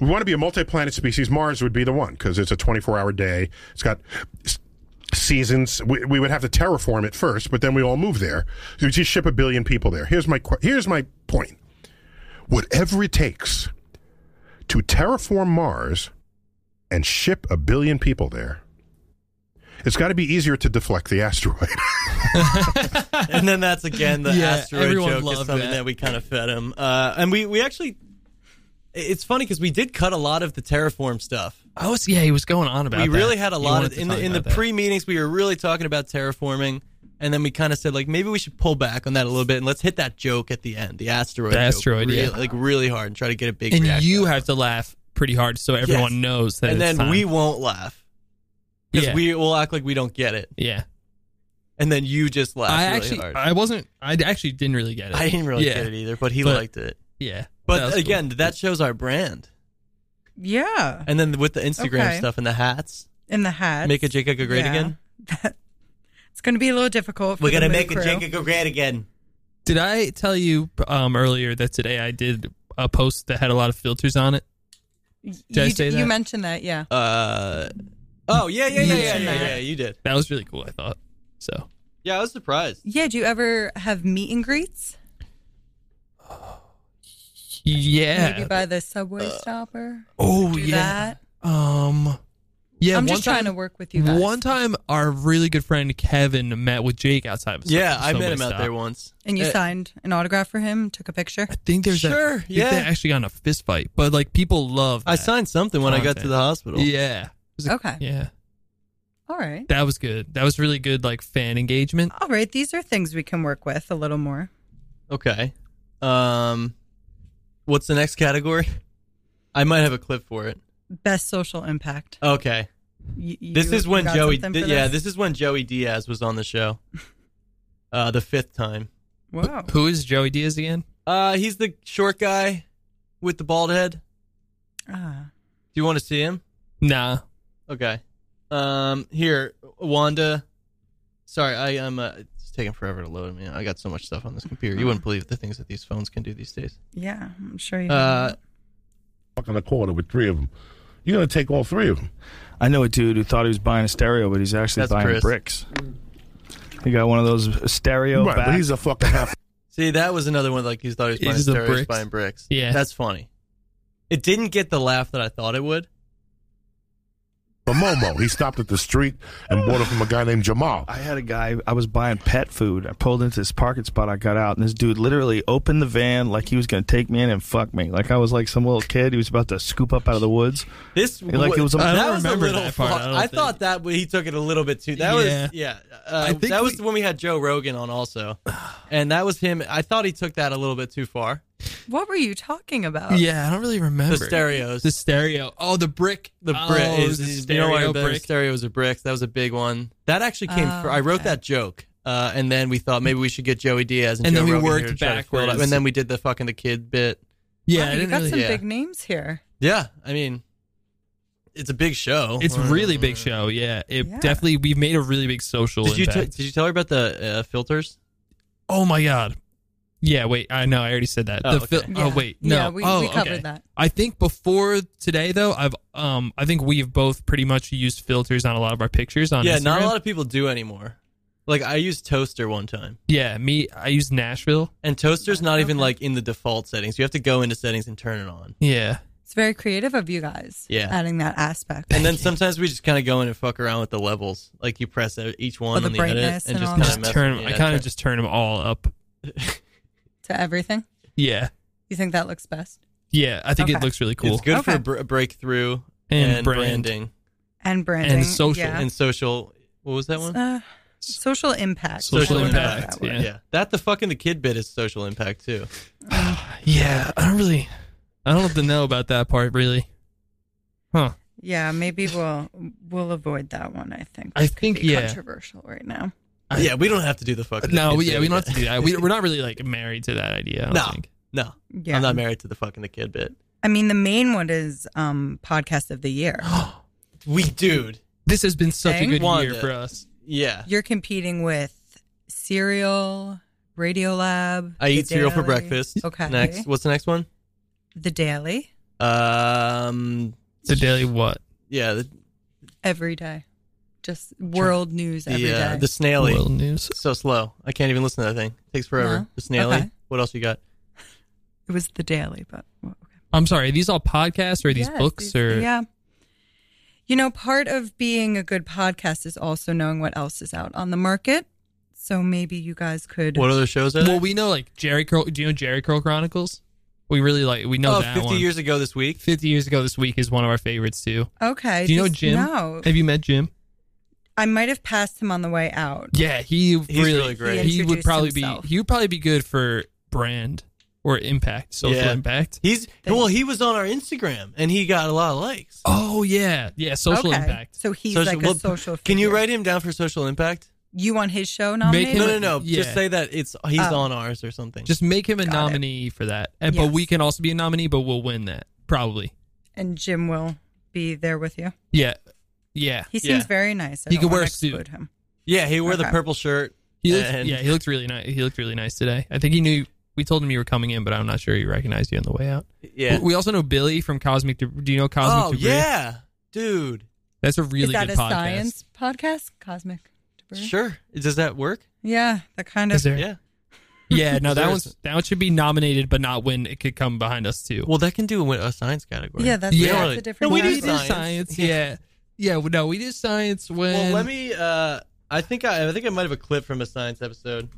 Speaker 7: we want to be a multi-planet species. Mars would be the one because it's a 24-hour day. It's got s- seasons. We, we would have to terraform it first, but then we all move there. So we just ship a billion people there. Here's my que- here's my point. Whatever it takes to terraform Mars and ship a billion people there, it's got to be easier to deflect the asteroid. (laughs)
Speaker 2: and then that's again the
Speaker 3: (laughs) Yeah,
Speaker 2: asteroid
Speaker 3: everyone
Speaker 2: joke is
Speaker 3: loved
Speaker 2: something that.
Speaker 3: that.
Speaker 2: we kind of fed him. Uh, and we we actually, it's funny because we did cut a lot of the terraform stuff.
Speaker 3: I was yeah, he was going on about.
Speaker 2: we
Speaker 3: that.
Speaker 2: really had a
Speaker 3: He
Speaker 2: lot
Speaker 3: wanted
Speaker 2: of
Speaker 3: to
Speaker 2: in the
Speaker 3: talk
Speaker 2: in the
Speaker 3: about that.
Speaker 2: pre meetings we were really talking about terraforming, and then we kind of said like maybe we should pull back on that a little bit and let's hit that joke at the end, the asteroid,
Speaker 3: The
Speaker 2: joke,
Speaker 3: asteroid,
Speaker 2: really,
Speaker 3: yeah.
Speaker 2: like really hard and try to get a big.
Speaker 3: and
Speaker 2: reaction
Speaker 3: you
Speaker 2: out
Speaker 3: have to laugh pretty hard so everyone
Speaker 2: Yes.
Speaker 3: knows
Speaker 2: of
Speaker 3: that.
Speaker 2: it. and
Speaker 3: it's
Speaker 2: then
Speaker 3: time.
Speaker 2: we won't laugh because
Speaker 3: yeah,
Speaker 2: we will act like we don't get it,
Speaker 3: yeah.
Speaker 2: and then you just laugh.
Speaker 3: I
Speaker 2: really
Speaker 3: actually,
Speaker 2: hard.
Speaker 3: I wasn't. I actually didn't really get it.
Speaker 2: I didn't really
Speaker 3: yeah,
Speaker 2: get it either, but he
Speaker 3: But-
Speaker 2: liked it.
Speaker 3: Yeah, That
Speaker 2: But
Speaker 3: was cool.
Speaker 2: again, that shows our brand.
Speaker 4: Yeah.
Speaker 2: And then with the Instagram
Speaker 4: Okay.
Speaker 2: stuff and the hats,
Speaker 4: In the hat.
Speaker 2: make a Jacob go great
Speaker 4: Yeah. (laughs)
Speaker 2: again.
Speaker 4: It's going to be a little difficult. For the Moo crew.
Speaker 2: go great again.
Speaker 3: Did I tell you um, earlier that today I did a post that had a lot of filters on it? Did
Speaker 4: you,
Speaker 3: I say
Speaker 4: You
Speaker 3: that?
Speaker 4: mentioned that, yeah.
Speaker 2: Uh, oh yeah, yeah, yeah, yeah, yeah,
Speaker 4: mentioned
Speaker 2: yeah,
Speaker 4: that.
Speaker 2: You did.
Speaker 3: That was really cool. I thought so.
Speaker 2: Yeah, I was surprised.
Speaker 4: Yeah, do you ever have meet and greets?
Speaker 3: Yeah. Uh,
Speaker 4: Maybe by the subway stopper?
Speaker 3: oh
Speaker 4: Do
Speaker 3: yeah.
Speaker 4: that?
Speaker 3: Um. Yeah.
Speaker 4: I'm
Speaker 3: one
Speaker 4: just trying
Speaker 3: time-
Speaker 4: to work with you guys.
Speaker 3: One time, our really good friend Kevin met with Jake outside. Of a
Speaker 2: Yeah,
Speaker 3: sub-
Speaker 2: I met
Speaker 3: subway
Speaker 2: him out
Speaker 3: stop.
Speaker 2: there once. Eh,
Speaker 4: And you
Speaker 3: Uh,
Speaker 4: signed an autograph for him, took a picture.
Speaker 3: I think there's
Speaker 2: Sure,
Speaker 3: a, I think
Speaker 2: yeah.
Speaker 3: they actually got in a fist fight, but like people love.
Speaker 2: I
Speaker 3: that.
Speaker 2: signed something when I got
Speaker 3: Content.
Speaker 2: to the hospital.
Speaker 3: Yeah. It was a-
Speaker 4: Okay.
Speaker 3: Yeah.
Speaker 4: All right.
Speaker 3: That was good. That was really good, like fan engagement.
Speaker 4: All right. These are things we can work with a little more.
Speaker 2: Okay. Um, what's the next category? (laughs) I might have a clip for it.
Speaker 4: Best social impact.
Speaker 2: Okay.
Speaker 4: Y- you-
Speaker 2: Uh, this is
Speaker 4: you
Speaker 2: when
Speaker 4: got
Speaker 2: Joey.
Speaker 4: something for
Speaker 2: Di- yeah, this is when Joey Diaz was on the
Speaker 4: (laughs)
Speaker 2: show. Uh, the fifth time.
Speaker 4: Wow.
Speaker 3: Who is Joey Diaz again?
Speaker 2: Uh, he's the short guy with the bald head. Do
Speaker 4: Ah.
Speaker 2: you want to see him?
Speaker 3: Nah.
Speaker 2: Okay. Um, here, Wanda. Sorry, I am. Uh, it's taking forever to load. Man, I got so much stuff on this computer. You (laughs) wouldn't believe the things that these phones can do these days.
Speaker 4: Yeah, I'm sure you.
Speaker 2: Uh,
Speaker 7: Fuck on the corner with three of them. You're gonna take all three of them.
Speaker 8: I know a dude who thought he was buying a stereo, but he's actually
Speaker 2: That's
Speaker 8: buying
Speaker 2: Chris.
Speaker 8: bricks. He got one of those stereo
Speaker 7: Right, but
Speaker 8: back-
Speaker 7: he's a fucking half. (laughs)
Speaker 2: see, that was another one. Like he thought he was
Speaker 3: Is
Speaker 2: buying
Speaker 3: the
Speaker 2: stereos,
Speaker 3: bricks?
Speaker 2: buying bricks.
Speaker 3: Yeah.
Speaker 2: that's funny. It didn't get the laugh that I thought it would.
Speaker 7: a Momo. He stopped at the street and bought it from a guy named Jamal.
Speaker 8: I had a guy. I was buying pet food. I pulled into this parking spot. I got out, and this dude literally opened the van like he was going to take me in and fuck me. Like I was like some little kid. He was about to scoop up out of the woods.
Speaker 2: This
Speaker 8: Like it was a-
Speaker 2: that
Speaker 8: I
Speaker 3: don't
Speaker 2: was
Speaker 3: remember
Speaker 2: a little
Speaker 3: that part,
Speaker 2: fu-
Speaker 3: I don't
Speaker 2: I,
Speaker 3: think.
Speaker 2: thought that he took it a little bit too. That
Speaker 3: Yeah.
Speaker 2: was yeah. Uh,
Speaker 3: I think
Speaker 2: that was
Speaker 3: we-
Speaker 2: when we had Joe Rogan on also, and that was him. I thought he took that a little bit too far.
Speaker 4: what were you talking about?
Speaker 3: yeah, I don't really remember.
Speaker 2: The stereos,
Speaker 3: The stereo. Oh, the brick.
Speaker 2: The
Speaker 3: oh,
Speaker 2: brick is
Speaker 3: the
Speaker 2: you
Speaker 3: stereo
Speaker 2: know why the
Speaker 3: brick.
Speaker 2: stereos are bricks. That was a big one. That actually came.
Speaker 4: Oh,
Speaker 2: fr- I wrote
Speaker 4: okay.
Speaker 2: that joke, uh, and then we thought maybe we should get Joey Diaz and,
Speaker 3: And
Speaker 2: Joe
Speaker 3: then we
Speaker 2: Rogan here
Speaker 3: worked
Speaker 2: to try to fill it up.
Speaker 3: backwards.
Speaker 2: and then we did the fucking the kid bit.
Speaker 3: yeah,
Speaker 4: Wow,
Speaker 3: I
Speaker 4: you
Speaker 3: didn't
Speaker 4: got
Speaker 3: really-
Speaker 4: some
Speaker 2: yeah.
Speaker 4: big names here.
Speaker 2: Yeah, I mean, it's a big show.
Speaker 3: It's really big show. Yeah, it
Speaker 4: Yeah.
Speaker 3: definitely. We've made a really big social
Speaker 2: Did you t-
Speaker 3: impact.
Speaker 2: did you tell her about the uh, filters?
Speaker 3: oh my god. Yeah. Wait. I know. I already said that.
Speaker 2: Oh,
Speaker 3: The fil-
Speaker 2: okay.
Speaker 3: oh
Speaker 4: Yeah.
Speaker 3: wait. No.
Speaker 4: Yeah, we-
Speaker 3: oh,
Speaker 4: we covered
Speaker 3: okay.
Speaker 4: that.
Speaker 3: I think before today though, I've um, I think we've both pretty much used filters on a lot of our pictures on.
Speaker 2: yeah, not
Speaker 3: Instagram.
Speaker 2: a lot of people do anymore. Like I used Toaster one time,
Speaker 3: Yeah. Me. I use Nashville.
Speaker 2: and
Speaker 3: Oh,
Speaker 2: Toaster's not even like in the default settings. You have to go into settings and turn it on.
Speaker 3: Yeah.
Speaker 4: It's very creative of you guys.
Speaker 2: Yeah.
Speaker 4: adding that aspect.
Speaker 2: And then sometimes we just kind of go in and fuck around with the levels. Like you press out each one
Speaker 4: the
Speaker 2: on the edit
Speaker 4: brightness
Speaker 2: and
Speaker 4: and
Speaker 2: just
Speaker 4: all
Speaker 2: kind
Speaker 4: that.
Speaker 2: of
Speaker 3: Just turn. 'em- I kind of
Speaker 2: just.
Speaker 3: just turn them all up.
Speaker 4: to everything.
Speaker 3: Yeah.
Speaker 4: You think that looks best?
Speaker 3: Yeah. I think it
Speaker 4: Okay.
Speaker 3: looks really cool.
Speaker 2: It's good for
Speaker 4: Okay.
Speaker 2: br- breakthrough and,
Speaker 3: And brand.
Speaker 2: branding
Speaker 4: And branding
Speaker 3: And social.
Speaker 4: yeah.
Speaker 2: and social. What was that one?
Speaker 4: uh, social impact.
Speaker 3: Social
Speaker 2: impact,
Speaker 4: That word.
Speaker 3: yeah.
Speaker 2: yeah. that the fucking the kid bit is social impact too.
Speaker 3: Yeah, I don't really, I don't have to know about that part really. Huh?
Speaker 4: Yeah, maybe we'll we'll avoid that one. I think.
Speaker 3: I
Speaker 4: It could
Speaker 3: think,
Speaker 4: be
Speaker 3: yeah.
Speaker 4: controversial right now.
Speaker 3: I-
Speaker 2: yeah, we don't have to do the fucking.
Speaker 3: No,
Speaker 2: kid
Speaker 3: we- yeah,
Speaker 2: bit
Speaker 3: we don't have
Speaker 2: yet.
Speaker 3: to do that. We, we're not really like married to that idea.
Speaker 2: (laughs)
Speaker 3: I don't
Speaker 2: No.
Speaker 3: think.
Speaker 2: No,
Speaker 4: Yeah,
Speaker 2: I'm not married to the fucking the kid bit.
Speaker 4: I mean, the main one is um, podcast of
Speaker 3: (gasps)
Speaker 4: the year.
Speaker 2: We dude.
Speaker 3: This has been such
Speaker 4: Thing?
Speaker 3: a good
Speaker 2: Wanted
Speaker 3: year
Speaker 2: it.
Speaker 3: for us.
Speaker 2: Yeah,
Speaker 4: You're competing with Serial, Radiolab.
Speaker 2: I
Speaker 4: The
Speaker 2: eat cereal for
Speaker 4: Daily.
Speaker 2: breakfast.
Speaker 4: Okay.
Speaker 2: Next, what's the next one?
Speaker 4: The Daily.
Speaker 2: Um,
Speaker 3: The daily what?
Speaker 2: yeah, the
Speaker 4: every day. Just world news every day.
Speaker 2: the, uh, the snaily.
Speaker 3: World news.
Speaker 2: So slow. I can't even listen to that thing. takes forever.
Speaker 4: No?
Speaker 2: The snaily.
Speaker 4: Okay.
Speaker 2: What else you got?
Speaker 4: it was the daily, but well, okay.
Speaker 3: I'm sorry. Are these all podcasts or are these
Speaker 4: Yes,
Speaker 3: books
Speaker 4: these-
Speaker 3: or?
Speaker 4: yeah you know part of being a good podcast is also knowing what else is out on the market so maybe you guys could
Speaker 2: What other shows are there?
Speaker 3: Well, we know like Jerry Curl. Do you know Jerry Curl Chronicles? We really like. We know
Speaker 2: oh,
Speaker 3: that
Speaker 2: 50
Speaker 3: one.
Speaker 2: years ago this week.
Speaker 3: Fifty years ago this week is one of our favorites too.
Speaker 4: okay
Speaker 3: Do you know
Speaker 4: just-
Speaker 3: Jim?
Speaker 4: no
Speaker 3: Have you met Jim?
Speaker 4: i might have passed him on the way out
Speaker 3: Yeah, he really,
Speaker 2: really great.
Speaker 3: He,
Speaker 4: He
Speaker 3: would
Speaker 4: introduced
Speaker 3: probably
Speaker 4: himself.
Speaker 3: be. He would probably be good for brand or impact, social
Speaker 2: Yeah.
Speaker 3: impact.
Speaker 2: He's well, he was on our Instagram and he got a lot of likes.
Speaker 3: Oh yeah, yeah, social
Speaker 4: okay
Speaker 3: impact.
Speaker 4: so he's
Speaker 2: Social-
Speaker 4: like a
Speaker 2: well,
Speaker 4: social figure.
Speaker 2: Can you write him down for social impact?
Speaker 4: you on his show nominated
Speaker 3: him
Speaker 2: No, no, no.
Speaker 3: Yeah.
Speaker 2: Just say that it's he's
Speaker 4: Oh.
Speaker 2: on ours or something.
Speaker 3: Just make him a
Speaker 4: Got it.
Speaker 3: nominee for that, and, but
Speaker 4: Yes.
Speaker 3: we can also be a nominee, but we'll win that probably.
Speaker 4: and jim will be there with you
Speaker 3: Yeah, yeah.
Speaker 4: he seems
Speaker 2: Yeah.
Speaker 4: very nice I
Speaker 3: He
Speaker 4: don't
Speaker 3: could wear
Speaker 4: wanna
Speaker 3: a suit.
Speaker 4: exclude him
Speaker 2: yeah, he wore the
Speaker 4: Okay.
Speaker 2: purple shirt.
Speaker 3: He looked,
Speaker 2: and-
Speaker 3: yeah, he looked really nice. He looked really nice today. I think he knew. We told him you were coming in, but I'm not sure he recognized you on the way out.
Speaker 2: (laughs) yeah.
Speaker 3: We- We also know Billy from Cosmic. Deb- Do you know Cosmic
Speaker 2: oh
Speaker 3: Debris?
Speaker 2: yeah, dude.
Speaker 3: that's a really
Speaker 4: is that
Speaker 3: good
Speaker 4: a
Speaker 3: podcast.
Speaker 4: science podcast cosmic debris
Speaker 2: Sure. Does that work?
Speaker 4: yeah that kind
Speaker 3: Is
Speaker 4: of
Speaker 3: there?
Speaker 2: Yeah.
Speaker 3: Yeah, no,
Speaker 2: Is (laughs)
Speaker 3: that
Speaker 2: there-
Speaker 3: one's that one should be nominated, but not when it could come behind us too.
Speaker 2: Well, that can do a, a science category.
Speaker 4: yeah that's,
Speaker 3: Yeah.
Speaker 4: that's a different
Speaker 2: No, we do
Speaker 4: category.
Speaker 2: science.
Speaker 3: Yeah, yeah. well, No, we do science when.
Speaker 2: Well, let me. Uh, I think I, I think I might have a clip from a science episode.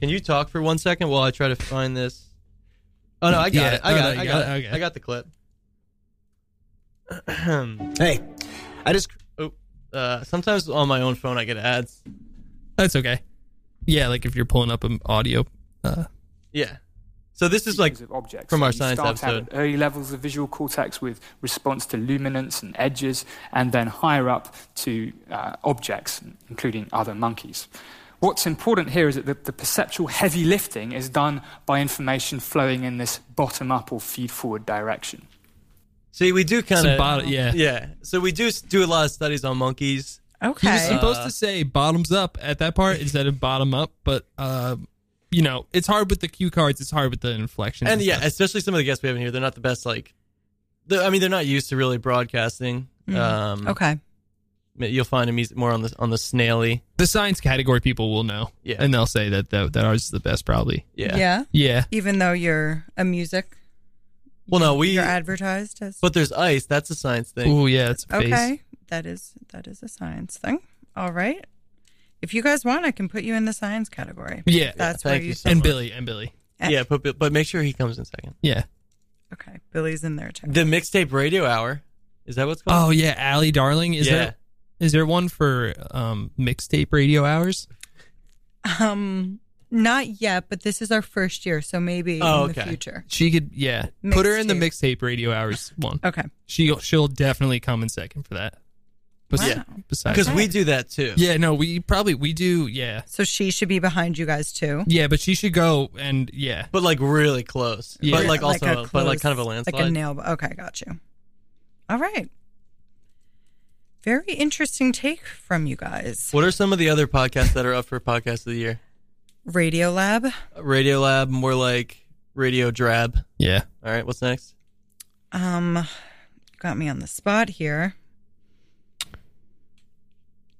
Speaker 2: Can you talk for one second while I try to find this? Oh no, I got
Speaker 3: Yeah,
Speaker 2: it. I
Speaker 3: no,
Speaker 2: got
Speaker 3: no,
Speaker 2: it.
Speaker 3: you
Speaker 2: I
Speaker 3: got
Speaker 2: got,
Speaker 3: it,
Speaker 2: it.
Speaker 3: okay.
Speaker 2: I got the clip.
Speaker 9: (clears throat) Hey, I just
Speaker 2: Oh, uh, sometimes on my own phone I get ads.
Speaker 3: That's okay. Yeah, like if you're pulling up an audio. Uh,
Speaker 2: Yeah. So this is like
Speaker 9: of objects.
Speaker 2: from our
Speaker 9: You
Speaker 2: science
Speaker 9: start out
Speaker 2: episode.
Speaker 9: at early levels of visual cortex with response to luminance and edges, and then higher up to uh, objects, including other monkeys. What's important here is that the, the perceptual heavy lifting is done by information flowing in this bottom up or feed forward direction.
Speaker 2: see we do kind
Speaker 3: some
Speaker 2: of
Speaker 3: bottom, yeah.
Speaker 2: yeah. So we do s- do a lot of studies on monkeys.
Speaker 3: You're
Speaker 4: okay
Speaker 3: supposed to say bottoms up at that part instead of bottom up, but uh, you know it's hard with the cue cards. It's hard with the inflections.
Speaker 2: and
Speaker 3: and
Speaker 2: yeah,
Speaker 3: stuff.
Speaker 2: especially some of the guests we have in here, they're not the best. Like, they're- I mean, they're not used to really broadcasting. Um,
Speaker 4: Mm-hmm. okay
Speaker 2: You'll find them eas- more on the on the snaily.
Speaker 3: the science category people will know,
Speaker 2: Yeah.
Speaker 3: and they'll say that that, that ours is the best probably.
Speaker 2: Yeah.
Speaker 4: yeah.
Speaker 3: Yeah,
Speaker 4: even though you're a music,
Speaker 2: Well, no, we.
Speaker 4: you're advertised as.
Speaker 2: but there's ice. That's a science thing.
Speaker 3: oh yeah, it's a face.
Speaker 4: okay, that is that is a science thing. All right, if you guys want, I can put you in the science category.
Speaker 3: Yeah,
Speaker 4: that's
Speaker 2: Yeah,
Speaker 4: where
Speaker 2: thank
Speaker 4: you.
Speaker 2: you so
Speaker 3: and
Speaker 2: much.
Speaker 3: Billy and Billy.
Speaker 2: Yeah, but but- but make sure he comes in second.
Speaker 3: Yeah.
Speaker 4: okay, Billy's in there too.
Speaker 2: The mixtape radio hour. Is that what's called?
Speaker 3: Oh yeah, Allie Darling. Is
Speaker 2: Yeah.
Speaker 3: there is there one for um mixtape radio hours?
Speaker 4: Um, not yet, but this is our first year, so maybe
Speaker 2: Oh,
Speaker 4: in the
Speaker 2: okay.
Speaker 4: future.
Speaker 3: She could yeah. Put her in the
Speaker 4: Mixtape.
Speaker 3: mixtape radio hours one.
Speaker 4: Okay,
Speaker 3: She'll she'll definitely come in second for that. Bes-
Speaker 4: Wow.
Speaker 3: Besides
Speaker 2: Because we do that too.
Speaker 3: Yeah, no, we probably we do, yeah.
Speaker 4: so she should be behind you guys too.
Speaker 3: Yeah, but she should go and yeah.
Speaker 2: But like really close.
Speaker 3: Yeah.
Speaker 2: But like
Speaker 3: Yeah,
Speaker 2: also,
Speaker 4: a
Speaker 2: but like
Speaker 4: close-
Speaker 2: kind of a landslide.
Speaker 4: like a nail. Okay, got you. All right. Very interesting take from you guys.
Speaker 2: what are some of the other podcasts that are up for podcast of the year?
Speaker 4: Radio Lab.
Speaker 2: Radio Lab, more like Radio Drab.
Speaker 3: Yeah.
Speaker 2: All right, what's next?
Speaker 4: Um, got me on the spot here.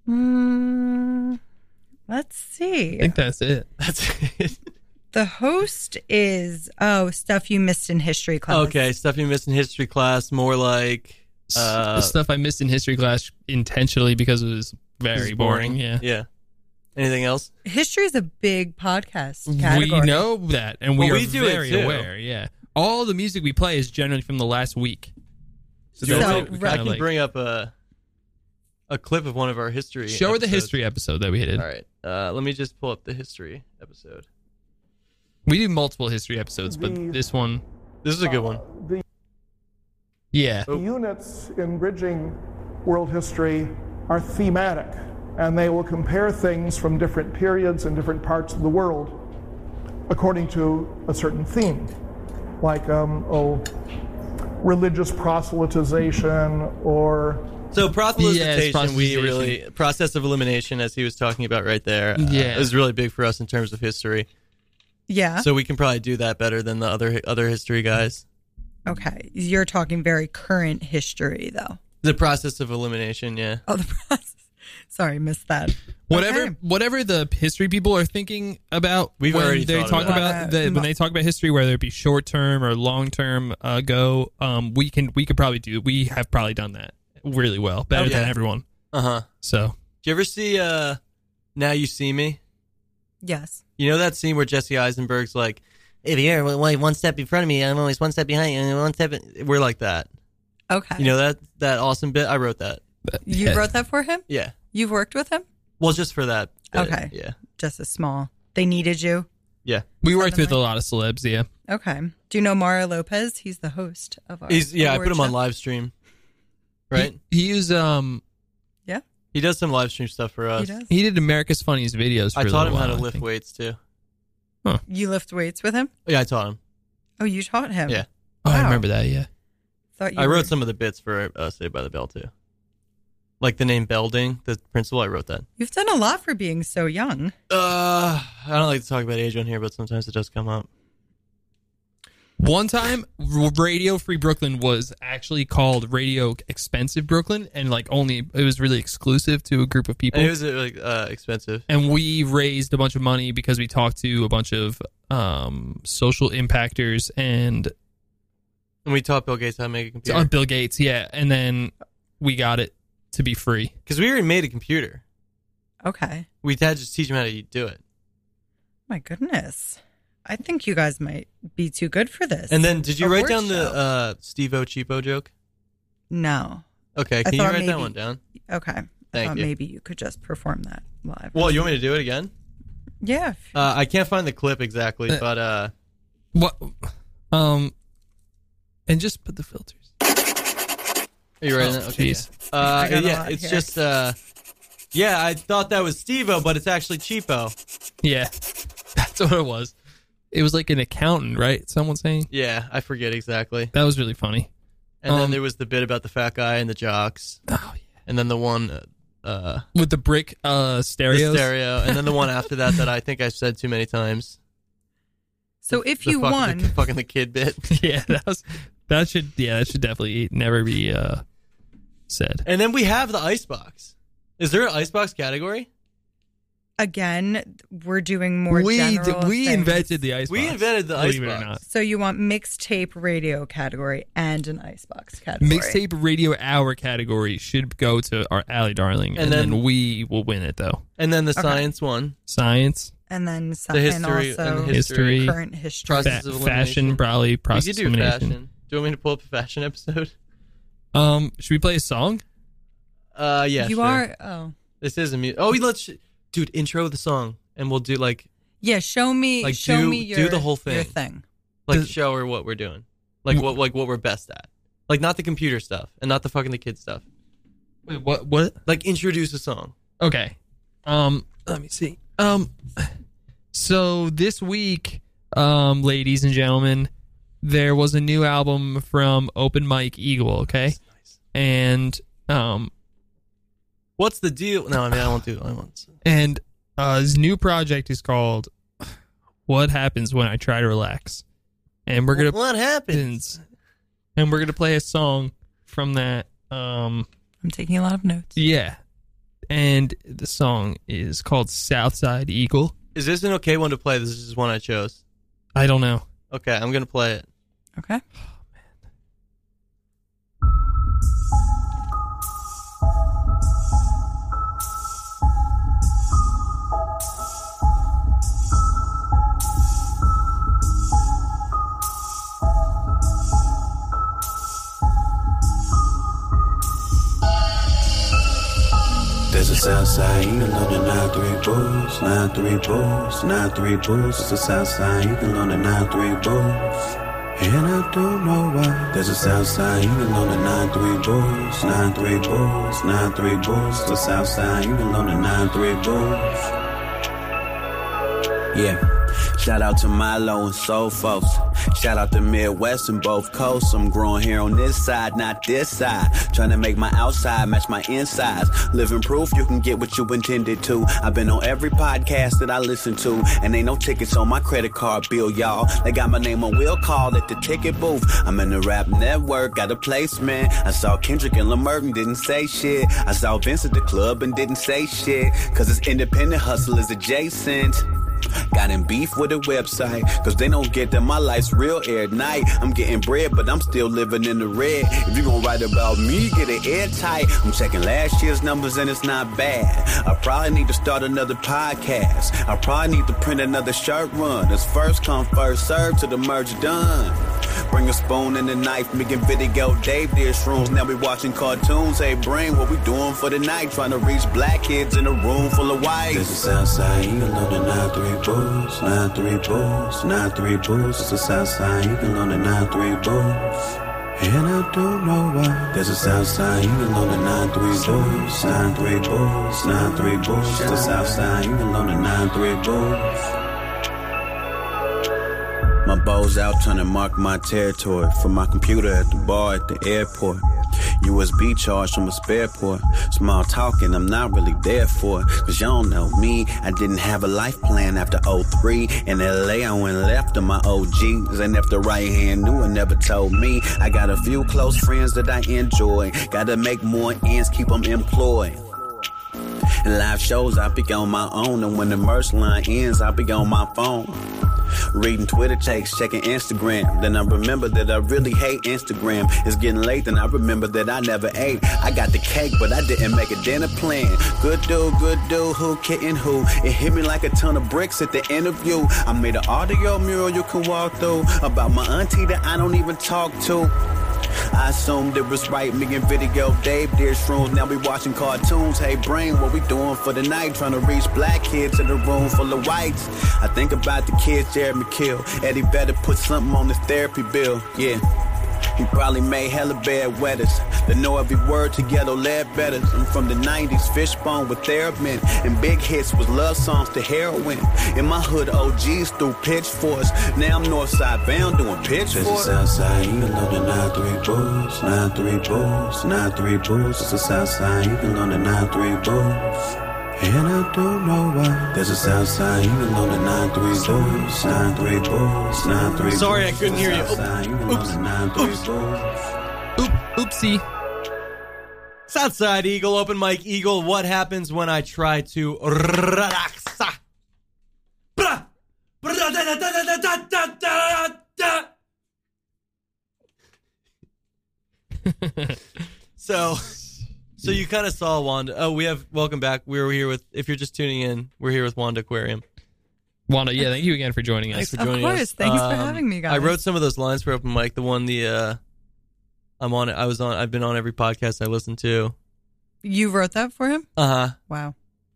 Speaker 4: Mm, let's
Speaker 3: I
Speaker 4: see.
Speaker 3: think that's it. (laughs)
Speaker 2: That's it.
Speaker 4: The host is oh stuff you missed in history class.
Speaker 2: Okay, stuff you missed in history class, more like
Speaker 3: S-
Speaker 2: uh,
Speaker 3: the stuff I missed in history class intentionally because it was
Speaker 2: this
Speaker 3: very
Speaker 2: is
Speaker 3: boring. Yeah.
Speaker 2: Yeah. Anything else?
Speaker 4: history is a big podcast category.
Speaker 3: We know that, and we
Speaker 2: Well,
Speaker 3: are
Speaker 2: we do it,
Speaker 3: very
Speaker 2: too.
Speaker 3: aware. Yeah, all the music we play is generally from the last week.
Speaker 2: Do you
Speaker 3: that's
Speaker 4: So,
Speaker 2: want
Speaker 3: what we
Speaker 2: me-
Speaker 3: kinda
Speaker 2: I can
Speaker 3: like.
Speaker 2: bring up a a clip of one of our history.
Speaker 3: Show her the
Speaker 2: episodes.
Speaker 3: history episode that we did.
Speaker 2: All right, uh, let me just pull up the history episode.
Speaker 3: We do multiple history episodes, but this one,
Speaker 2: This is a good one.
Speaker 3: yeah,
Speaker 2: Oh.
Speaker 10: Units in bridging world history are thematic, and they will compare things from different periods and different parts of the world according to a certain theme, like um, oh, religious proselytization or
Speaker 2: So proselytization,
Speaker 3: Yes,
Speaker 2: we
Speaker 3: proselytization.
Speaker 2: really process of elimination, as he was talking about right there. uh,
Speaker 3: Yeah.
Speaker 2: is really big for us in terms of history.
Speaker 4: yeah.
Speaker 2: So we can probably do that better than the other other history guys.
Speaker 4: Okay. You're talking very current history, though.
Speaker 2: The process of elimination, yeah.
Speaker 4: Oh, the (laughs) process. Sorry, missed that.
Speaker 3: Whatever whatever the history people are thinking about
Speaker 2: We've
Speaker 3: when
Speaker 2: already
Speaker 3: they
Speaker 2: thought
Speaker 3: talk
Speaker 2: of that.
Speaker 3: about the, when they talk about history, whether it be short term or long term uh, go, um, we can we could probably do we have probably done that really well, better
Speaker 2: Oh,
Speaker 3: than
Speaker 2: yeah.
Speaker 3: everyone.
Speaker 2: Uh huh.
Speaker 3: So
Speaker 2: Do you ever see uh, Now You See Me?
Speaker 4: Yes.
Speaker 2: You know that scene where Jesse Eisenberg's like, if you're one one step in front of me, I'm always one step behind you, and one step. In-. We're like that.
Speaker 4: Okay.
Speaker 2: You know that that awesome bit? I wrote that.
Speaker 4: You wrote that for him?
Speaker 2: Yeah.
Speaker 4: You've worked with him?
Speaker 2: Well, just for that. bit,
Speaker 4: Okay.
Speaker 2: Yeah.
Speaker 4: Just a small. They needed you.
Speaker 2: Yeah.
Speaker 3: We worked with a lot of celebs, yeah.
Speaker 4: Okay. Do you know Mario Lopez? He's the host of our.
Speaker 2: He's yeah. I
Speaker 4: award
Speaker 2: put him on
Speaker 4: show.
Speaker 2: live stream. Right.
Speaker 3: He, he is um
Speaker 4: Yeah.
Speaker 2: He does some live stream stuff for us.
Speaker 4: does.
Speaker 3: he did America's Funniest Videos. For
Speaker 2: I
Speaker 3: a
Speaker 2: taught him
Speaker 3: little
Speaker 2: how to
Speaker 3: while, I
Speaker 2: lift
Speaker 3: think.
Speaker 2: weights too.
Speaker 4: You lift weights with him?
Speaker 2: Yeah, I taught him.
Speaker 4: Oh, you taught him?
Speaker 2: Yeah.
Speaker 3: Oh, I remember that. Yeah.
Speaker 4: Thought you
Speaker 2: I
Speaker 4: were-
Speaker 2: wrote some of the bits for uh, Saved by the Bell too. Like the name Belding, the principal. I wrote that.
Speaker 4: You've done a lot for being so young.
Speaker 2: Uh, I don't like to talk about age on here, but sometimes it does come up.
Speaker 3: One time, R- Radio Free Brooklyn was actually called Radio Expensive Brooklyn, and like only it was really exclusive to a group of people.
Speaker 2: And it was uh, like uh, expensive.
Speaker 3: and we raised a bunch of money because we talked to a bunch of um, social impactors and
Speaker 2: And we taught Bill Gates how to make a
Speaker 3: uh,
Speaker 2: computer
Speaker 3: Bill Gates. Yeah, and then we got it to be free.
Speaker 2: because we already made a computer.
Speaker 4: Okay.
Speaker 2: We had to just teach him how to do it.
Speaker 4: My goodness. I think you guys might be too good for this.
Speaker 2: And then, did you write
Speaker 4: Award
Speaker 2: down the
Speaker 4: show.
Speaker 2: uh, Steve O Cheapo joke?
Speaker 4: No.
Speaker 2: Okay,
Speaker 4: I
Speaker 2: can you
Speaker 4: thought
Speaker 2: write that
Speaker 4: maybe-
Speaker 2: one down?
Speaker 4: Okay. I
Speaker 2: Thank
Speaker 4: thought
Speaker 2: you.
Speaker 4: Maybe you could just perform that live.
Speaker 2: Well, you want me to do it again?
Speaker 4: Yeah.
Speaker 2: Uh, I can't find the clip exactly,
Speaker 3: Uh,
Speaker 2: but uh,
Speaker 3: What? Um, and just put the filters.
Speaker 2: Are you ready?
Speaker 3: Oh,
Speaker 2: now? okay.
Speaker 3: jeez.
Speaker 2: Uh,
Speaker 3: I got a
Speaker 2: yeah,
Speaker 3: lot
Speaker 2: it's
Speaker 3: here.
Speaker 2: just uh, yeah. I thought that was Stevo, but it's actually Cheapo.
Speaker 3: Yeah, (laughs) that's what it was. It was like an accountant, right? Someone saying
Speaker 2: Yeah, I forget exactly.
Speaker 3: that was really funny.
Speaker 2: And then
Speaker 3: Um,
Speaker 2: there was the bit about the fat guy and the jocks. Oh yeah. And then the one uh, uh,
Speaker 3: with the brick uh
Speaker 2: the
Speaker 3: stereos.
Speaker 2: stereo, and then
Speaker 3: (laughs)
Speaker 2: the one after that that I think I said too many times.
Speaker 4: So if
Speaker 2: The
Speaker 4: you
Speaker 2: fuck- the
Speaker 4: won,
Speaker 2: fucking the kid bit.
Speaker 3: yeah, that was that should yeah that should definitely never be uh said.
Speaker 2: And then we have the icebox. Is there an icebox category?
Speaker 4: again, we're doing more
Speaker 3: we d-
Speaker 4: general
Speaker 3: we
Speaker 4: things.
Speaker 3: invented the icebox.
Speaker 2: We invented the
Speaker 3: believe it or
Speaker 2: icebox.
Speaker 3: not.
Speaker 4: So you want mixtape radio category and an icebox category.
Speaker 3: Mixtape radio hour category should go to our Alley Darling, and,
Speaker 2: And
Speaker 3: then,
Speaker 2: then-
Speaker 3: we will win it though.
Speaker 2: And then the
Speaker 4: Okay.
Speaker 2: science one.
Speaker 3: Science,
Speaker 4: and then some,
Speaker 2: The history
Speaker 4: and also
Speaker 2: and the history.
Speaker 3: History.
Speaker 4: current history.
Speaker 2: Process
Speaker 3: fa-
Speaker 2: of elimination.
Speaker 3: fashion, probably
Speaker 2: We
Speaker 3: process
Speaker 2: could do
Speaker 3: elimination.
Speaker 2: fashion. Do you want me to pull up a fashion episode?
Speaker 3: Um, should we play a song?
Speaker 2: Uh, yeah.
Speaker 4: you
Speaker 2: sure.
Speaker 4: are oh
Speaker 2: This is a mu Oh, we let's, dude, intro the song, and we'll do like,
Speaker 4: yeah. Show me
Speaker 2: Like,
Speaker 4: show
Speaker 2: do-
Speaker 4: me
Speaker 2: do
Speaker 4: your
Speaker 2: the whole thing.
Speaker 4: Your thing.
Speaker 2: like,
Speaker 3: Does-
Speaker 2: show her what we're doing, like what, like what we're best at, like not the computer stuff and not the fucking the kid stuff.
Speaker 3: Wait, what? What?
Speaker 2: Like, introduce a song.
Speaker 3: Okay. Um, let me see. Um, so this week, um, ladies and gentlemen, there was a new album from Open Mike Eagle. Okay, and um,
Speaker 2: What's the deal? No, I mean, I won't do. I won't.
Speaker 3: and uh, his new project is called "What Happens When I Try to Relax," and we're gonna
Speaker 2: What happened?
Speaker 3: and we're gonna play a song from that. Um,
Speaker 4: I'm taking a lot of notes.
Speaker 3: yeah, and the song is called "Southside Eagle."
Speaker 2: Is this an okay one to play? This is one I chose.
Speaker 3: I don't know.
Speaker 2: Okay, I'm gonna play it.
Speaker 4: Okay.
Speaker 11: There's a south side, you can learn the 9 3 blues, 9 3 blues, 9 3 blues. It's a south side, you can learn the 9 3 blues. And I don't know why. There's a south side, you can learn the 9 3 blues, 9 3 blues, 9 3 blues. It's a south side, you can learn the 9 3 blues. Yeah.
Speaker 12: Shout out to Milo and Soul Folks. Shout out to Midwest and both coasts. I'm growing here on this side, not this side. Trying to make my outside match my insides. Living proof you can get what you intended to. I've been on every podcast that I listen to, and ain't no tickets on my credit card bill, y'all. They got my name on will call at the ticket booth. I'm in the rap network, got a placement. I saw Kendrick and Lamert and didn't say shit. I saw Vince at the club and didn't say shit. Cause it's independent hustle is adjacent. Got in beef with the website, cause they don't get that my life's real at night. I'm getting bread, but I'm still living in the red. If you gon' write about me, get it airtight. I'm checking last year's numbers and it's not bad. I probably need to start another podcast. I probably need to print another shirt run. It's first come, first serve till the merge done. Bring a spoon and a knife, making video Dave did shrooms. Now we watching cartoons. Hey, brain, what we doing for the night? Trying to reach black kids in a room full of whites.
Speaker 11: This is Southside Eagle on the 93 Bulls, 93 Bulls, 93 Bulls. This is Southside Eagle on the 93 Bulls. And I don't know why. This is Southside Eagle on the 93 Bulls, 93 Bulls, 93 Bulls. This is Southside Eagle on the 93 Bulls.
Speaker 12: My bow's out trying to mark my territory from my computer at the bar at the airport. USB charge from a spare port. Small talking, I'm not really there for it. Cause y'all know me, I didn't have a life plan after 03. In LA, I went left of my OGs. And if the right hand knew and never told me, I got a few close friends that I enjoy. Gotta make more ends, keep them employed. And live shows, I be on my own. And when the merch line ends, I be on my phone. Reading Twitter takes, checking Instagram. Then I remember that I really hate Instagram. It's getting late, then I remember that I never ate. I got the cake, but I didn't make a dinner plan. Good dude, good dude, who kidding who? It hit me like a ton of bricks at the interview. I made an audio mural you can walk through about my auntie that I don't even talk to. I assumed it was right, me and video Dave did shrooms. Now we watching cartoons. Hey brain, what we doing for the night? Trying to reach black kids in a room full of whites. I think about the kids Jared McKill. Eddie better put something on his therapy bill. Yeah. He probably made hella bad wetters that know every word to ghetto lead betters. I'm from the 90s, fishbone with theremin, and big hits was love songs to heroin. In my hood, OGs threw pitchforks. Now I'm Northside bound doing
Speaker 11: This is
Speaker 12: pitchforks.
Speaker 11: Southside Eagle on the 93 Bulls, 93 Bulls, 93 Bulls. This is Southside Eagle on the 93 Bulls. And I don't know why. This is Southside Eagle on the 93 Bulls, 93 Bulls, 93 Bulls.
Speaker 2: Sorry, I couldn't hear you.
Speaker 11: Southside Eagle on the 93 Bulls.
Speaker 3: Oopsie.
Speaker 2: Southside Eagle, open mic Eagle. What happens when I try to relax? So, so you kind of saw Wanda. Oh, we have welcome back. We were here with. If you're just tuning in, we're here with Wanda Aquarium.
Speaker 3: Wanda, yeah, thank you again for joining us.
Speaker 2: Thanks for joining
Speaker 4: of course.
Speaker 2: us.
Speaker 4: Thanks for
Speaker 2: Um,
Speaker 4: having me, guys.
Speaker 2: I wrote some of those lines for open mic. The one, the uh, I'm on. I was on. I've been on every podcast I listen to.
Speaker 4: You wrote that for him?
Speaker 2: Uh huh.
Speaker 4: Wow.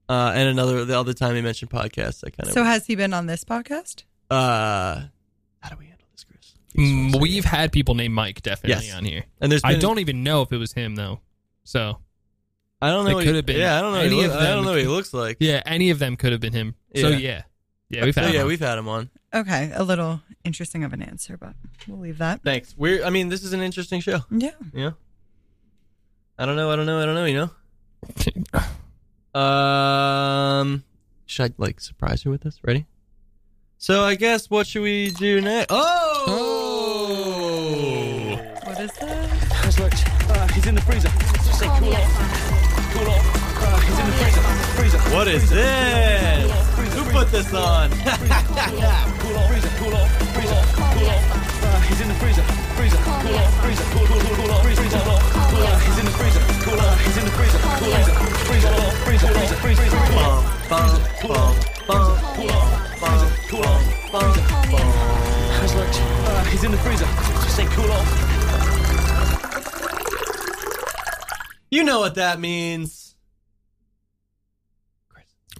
Speaker 2: Uh, and another the other time he mentioned podcasts. I kind of
Speaker 4: So has he been on this podcast?
Speaker 2: uh
Speaker 3: Mm, we've had people named Mike definitely
Speaker 2: Yes.
Speaker 3: on here,
Speaker 2: And there's
Speaker 3: I
Speaker 2: been-
Speaker 3: don't even know if it was him though. So
Speaker 2: I don't know
Speaker 3: It
Speaker 2: what
Speaker 3: could
Speaker 2: he-
Speaker 3: have been.
Speaker 2: yeah, I don't know what he
Speaker 3: any
Speaker 2: look-
Speaker 3: of
Speaker 2: I don't
Speaker 3: them.
Speaker 2: know what he looks like.
Speaker 3: Yeah, any of them could have been him. So
Speaker 2: Yeah.
Speaker 3: yeah, yeah, we've
Speaker 2: So,
Speaker 3: had. him
Speaker 2: yeah,
Speaker 3: on.
Speaker 2: we've had him on.
Speaker 4: Okay, a little interesting of an answer, but we'll leave that.
Speaker 2: Thanks. We're. I mean, this is an interesting show.
Speaker 4: Yeah.
Speaker 2: Yeah. I don't know. I don't know. I don't know. You
Speaker 3: (laughs)
Speaker 2: know. um. Should I like surprise her with this? Ready? So I guess what should we do next? Oh.
Speaker 4: What is that?
Speaker 13: That's locked. Uh, he's in the freezer. Just say cool off. Cool off. Uh, he's in the freezer. Freezer.
Speaker 2: What is this? Who put this on? (laughs)
Speaker 13: Cool off. Freezer. Cool off. Freezer. Cool off. Uh, he's in the freezer. Freezer. Cool off. Freezer. Cool, cool, cool, cool off. Freezer. Cool off. Cool off. He's in the freezer. Cool off. He's in the freezer. Cool off. Freezer. Cool off. Freezer. Freezer. Freezer. Freezer. Cool off. Cool off. Cool off. Freezer. Cool off. Freezer. That's locked. Uh, he's in the freezer. Just say cool off.
Speaker 2: You know what that means.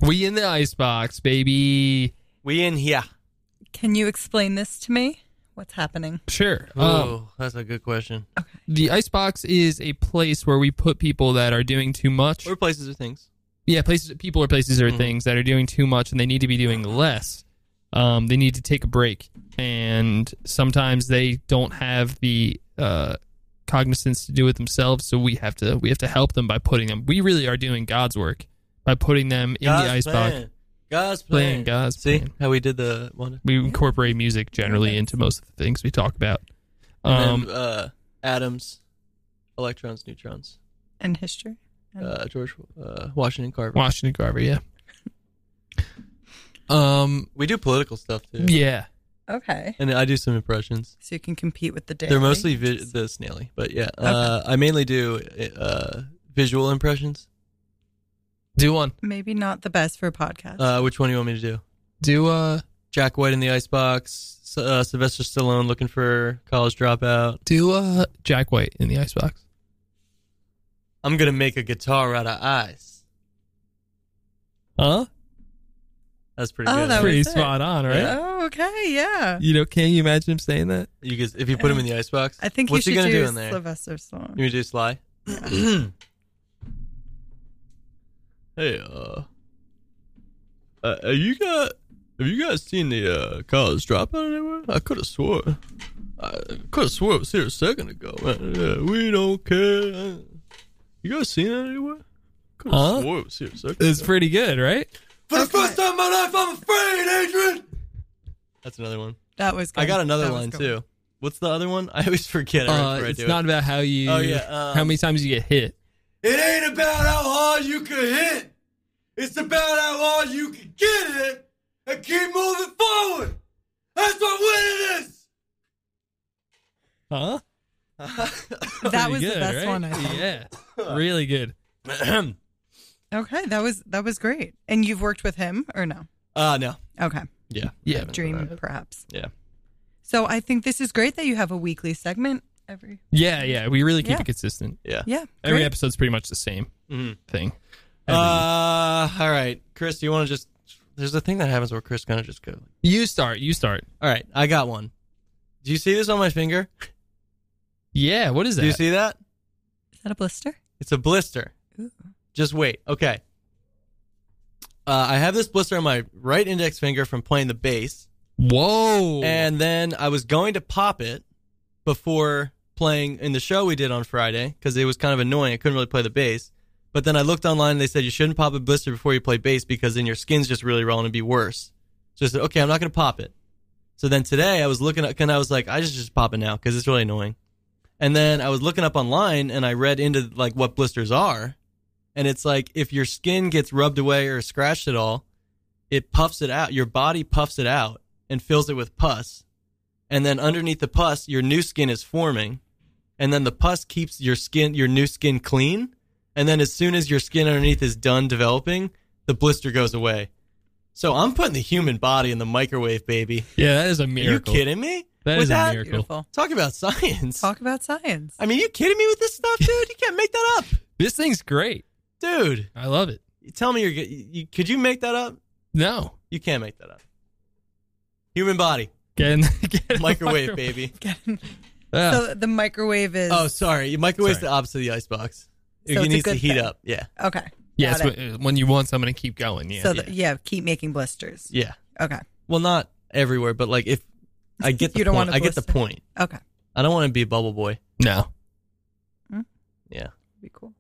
Speaker 3: We in the icebox, baby.
Speaker 2: We in here.
Speaker 4: Can you explain this to me? What's happening?
Speaker 3: Sure.
Speaker 2: Oh,
Speaker 3: Um,
Speaker 2: that's a good (laughs) question.
Speaker 3: the icebox is a place where we put people that are doing too much.
Speaker 2: Or places or things.
Speaker 3: Yeah, places, people or places or
Speaker 2: Mhm.
Speaker 3: things that are doing too much and they need to be doing less. um, they need to take a break, and sometimes they don't have the uh, cognizance to do it themselves. So we have to we have to help them by putting them. We really are doing God's work by putting them in the
Speaker 2: God's
Speaker 3: icebox.
Speaker 2: plan. God's
Speaker 3: Playing
Speaker 2: plan.
Speaker 3: God's
Speaker 2: See
Speaker 3: plan.
Speaker 2: how we did the one.
Speaker 3: We incorporate music generally into most of the things we talk about.
Speaker 2: And
Speaker 3: Um,
Speaker 2: then, uh, atoms, electrons, neutrons.
Speaker 4: And history.
Speaker 2: Uh, George uh, Washington Carver.
Speaker 3: Washington Carver, yeah. (laughs) Um,
Speaker 2: we do political stuff too.
Speaker 3: Yeah.
Speaker 4: Okay.
Speaker 2: And I do some impressions.
Speaker 4: So you can compete with the daily.
Speaker 2: They're mostly vi- the snaily, but yeah, uh, I mainly do uh, visual impressions.
Speaker 3: Do one.
Speaker 4: Maybe not the best for a podcast.
Speaker 2: Uh, which one do you want me to do?
Speaker 3: Do uh
Speaker 2: Jack White in the icebox. S- Uh, Sylvester Stallone looking for college dropout.
Speaker 3: do uh Jack White in the icebox.
Speaker 2: I'm gonna make a guitar out of ice.
Speaker 3: Huh?
Speaker 2: That's pretty
Speaker 4: Oh,
Speaker 2: good.
Speaker 4: that was
Speaker 3: Pretty
Speaker 4: it.
Speaker 3: spot on, right?
Speaker 2: Yeah.
Speaker 4: Oh, okay, yeah.
Speaker 3: You know, can you imagine him saying that?
Speaker 2: You guys, if you put him in the icebox,
Speaker 4: I think you
Speaker 2: what's he
Speaker 4: should
Speaker 2: gonna
Speaker 4: do
Speaker 2: in there?
Speaker 4: Sylvester Stallone.
Speaker 2: You gonna do Sly? hey, uh, uh, have you got have you guys seen the uh, college dropout anywhere? I could have swore,
Speaker 3: Uh,
Speaker 2: I could have swore it was here a second ago. Man. Yeah, we don't care. You guys seen it anywhere? Could have
Speaker 3: Huh?
Speaker 2: swore it was here a second.
Speaker 3: It's pretty good, right?
Speaker 2: For the first time in my life, I'm afraid, Adrian. That's another one.
Speaker 4: That was
Speaker 2: I
Speaker 4: good.
Speaker 2: got another
Speaker 4: That was
Speaker 2: one
Speaker 4: good.
Speaker 2: too. What's the other one? (laughs) I always forget. I
Speaker 3: Uh,
Speaker 2: remember I
Speaker 3: it's
Speaker 2: do
Speaker 3: not
Speaker 2: it.
Speaker 3: about how you
Speaker 2: Oh yeah. Um,
Speaker 3: how many times you get hit.
Speaker 2: It ain't about how hard you can hit. It's about how hard you can get it and keep moving forward. That's what winning is.
Speaker 3: Huh?
Speaker 4: That was the best one, I think.
Speaker 2: (laughs)
Speaker 3: Yeah. really good.
Speaker 4: Okay, that was that was great. And you've worked with him or no?
Speaker 2: (clears throat) Uh no.
Speaker 4: Okay.
Speaker 2: Yeah.
Speaker 3: Yeah.
Speaker 4: Dream perhaps.
Speaker 2: Yeah.
Speaker 4: So I think this is great that you have a weekly segment every.
Speaker 3: Yeah, yeah. We really keep
Speaker 4: Yeah.
Speaker 3: it consistent.
Speaker 2: Yeah.
Speaker 4: Yeah,
Speaker 3: (laughs) Every
Speaker 4: great.
Speaker 3: episode's pretty much the same
Speaker 2: Mhm.
Speaker 3: thing.
Speaker 2: Uh, all right, Chris. Do you want to just? There's a thing that happens where Chris gonna just go.
Speaker 3: You start. You start.
Speaker 2: All right, I got one. Do you see this on my finger?
Speaker 3: Yeah. What is that?
Speaker 2: Do you see that?
Speaker 4: Is that a blister?
Speaker 2: It's a blister. Just wait. Okay. Uh, I have this blister on my right index finger from playing the bass.
Speaker 3: Whoa.
Speaker 2: And then I was going to pop it before playing in the show we did on Friday because it was kind of annoying. I couldn't really play the bass. But then I looked online and they said you shouldn't pop a blister before you play bass because then your skin's just really rolling and be worse. So I said, okay, I'm not going to pop it. So then today I was looking at, and I was like, I just just pop it now because it's really annoying. And then I was looking up online and I read into like what blisters are. And it's like if your skin gets rubbed away or scratched at all, it puffs it out. Your body puffs it out and fills it with pus. And then underneath the pus, your new skin is forming. And then the pus keeps your skin, your new skin clean. And then as soon as your skin underneath is done developing, the blister goes away. So I'm putting the human body in the microwave, baby.
Speaker 3: Yeah, that is a
Speaker 2: Are you
Speaker 3: miracle.
Speaker 2: kidding me?
Speaker 3: That
Speaker 2: With
Speaker 3: is a miracle.
Speaker 4: Beautiful.
Speaker 2: Talk about science.
Speaker 4: Talk about science.
Speaker 2: I mean, you kidding me with this stuff, dude? You can't make that up,
Speaker 3: This thing's great.
Speaker 2: dude.
Speaker 3: I love it.
Speaker 2: Tell me, you're g- you, could you make that up?
Speaker 3: No.
Speaker 2: You can't make that up. Human body,
Speaker 3: Get in, (laughs) get in the
Speaker 2: (laughs) microwave, baby.
Speaker 3: Ah.
Speaker 4: So the microwave is.
Speaker 2: Oh, sorry. Your microwave's the opposite of the icebox.
Speaker 4: So
Speaker 2: It
Speaker 4: it's a
Speaker 2: needs to
Speaker 4: good
Speaker 2: heat
Speaker 4: thing.
Speaker 2: up. Yeah.
Speaker 4: Okay.
Speaker 3: yeah,
Speaker 4: got
Speaker 3: it's
Speaker 4: it.
Speaker 3: when- when you want something to keep going. Yeah.
Speaker 4: so the- yeah, keep making blisters.
Speaker 2: Yeah.
Speaker 4: Okay.
Speaker 2: Well, not everywhere, but like if I
Speaker 4: (laughs)
Speaker 2: get the
Speaker 4: You don't
Speaker 2: point,
Speaker 4: want a
Speaker 2: I get the
Speaker 4: blister.
Speaker 2: point.
Speaker 4: Okay.
Speaker 2: I don't want to be a bubble boy.
Speaker 3: No.
Speaker 2: Yeah.
Speaker 4: Be
Speaker 2: (laughs)
Speaker 4: cool.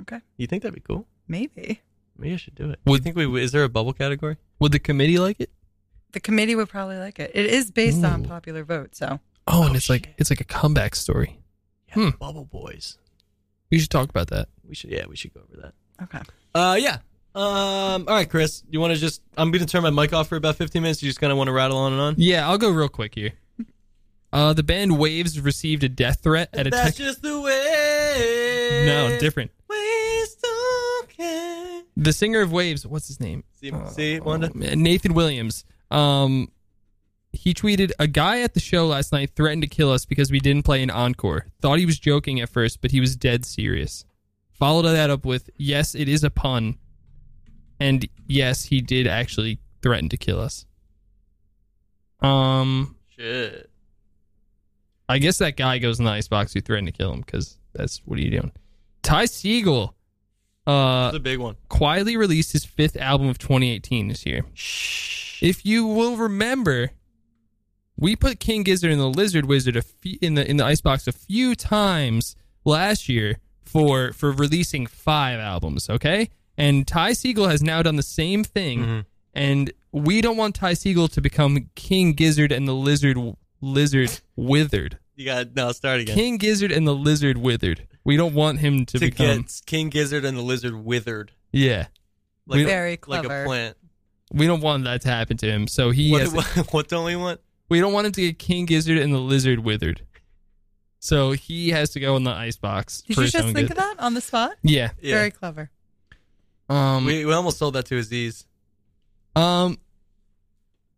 Speaker 4: Okay.
Speaker 2: You think that'd be cool?
Speaker 4: Maybe
Speaker 2: Maybe I should do it. Would you think we? Is there a bubble category?
Speaker 3: Would the committee like it?
Speaker 4: the committee would probably like it. It is based on popular vote, so
Speaker 3: Oh, and it's like it's like a comeback story.
Speaker 4: Hmm.
Speaker 2: Yeah, bubble boys.
Speaker 3: We should talk about
Speaker 2: (laughs)
Speaker 3: that.
Speaker 2: We should. Yeah, we should go over that.
Speaker 4: okay.
Speaker 2: Uh, yeah. Um. All right, Chris. You want to just? I'm gonna turn my mic off for about 15 minutes. You just kind of want to rattle on and on.
Speaker 3: Yeah, I'll go real quick here. Uh, the band Waves received a death threat at a
Speaker 2: That's
Speaker 3: tech.
Speaker 2: just the way.
Speaker 3: No, different.
Speaker 2: Ways don't care.
Speaker 3: The singer of Waves, what's his name?
Speaker 2: See, see, Wanda.
Speaker 3: Man, Nathan Williams. Um, he tweeted, "A guy at the show last night threatened to kill us because we didn't play an encore. Thought he was joking at first, but he was dead serious." Followed that up with, "Yes, it is a pun," and yes, he did actually threaten to kill us. Um,
Speaker 2: Shit.
Speaker 3: I guess that guy goes in the icebox who threatened to kill him because that's what are you doing? Ty Siegel, uh,
Speaker 2: That's a big one.
Speaker 3: quietly released his fifth album of 2018 this year. If you will remember, we put King Gizzard and the Lizard Wizard a few, in the in the icebox a few times last year for for releasing five albums. Okay, and Ty Siegel has now done the same thing,
Speaker 2: Mm-hmm.
Speaker 3: and we don't want Ty Siegel to become King Gizzard and the Lizard Lizard Withered.
Speaker 2: You got no. Start again.
Speaker 3: King Gizzard and the Lizard Withered. We don't want him to,
Speaker 2: to
Speaker 3: become
Speaker 2: get King Gizzard and the Lizard withered.
Speaker 3: yeah.
Speaker 2: Like
Speaker 3: We-
Speaker 2: Very like a clever. plant.
Speaker 3: We don't want that to happen to him. So he
Speaker 2: What-
Speaker 3: has-
Speaker 2: what, what don't we (laughs) want?
Speaker 3: we don't want him to get King Gizzard and the Lizard withered. So he has to go in the icebox.
Speaker 4: Did
Speaker 3: for
Speaker 4: you
Speaker 3: his
Speaker 4: just
Speaker 3: own
Speaker 4: think
Speaker 3: good.
Speaker 4: of that on the spot?
Speaker 3: Yeah. Yeah.
Speaker 4: Very clever.
Speaker 3: Um,
Speaker 2: we, we almost sold that to Aziz.
Speaker 3: Um,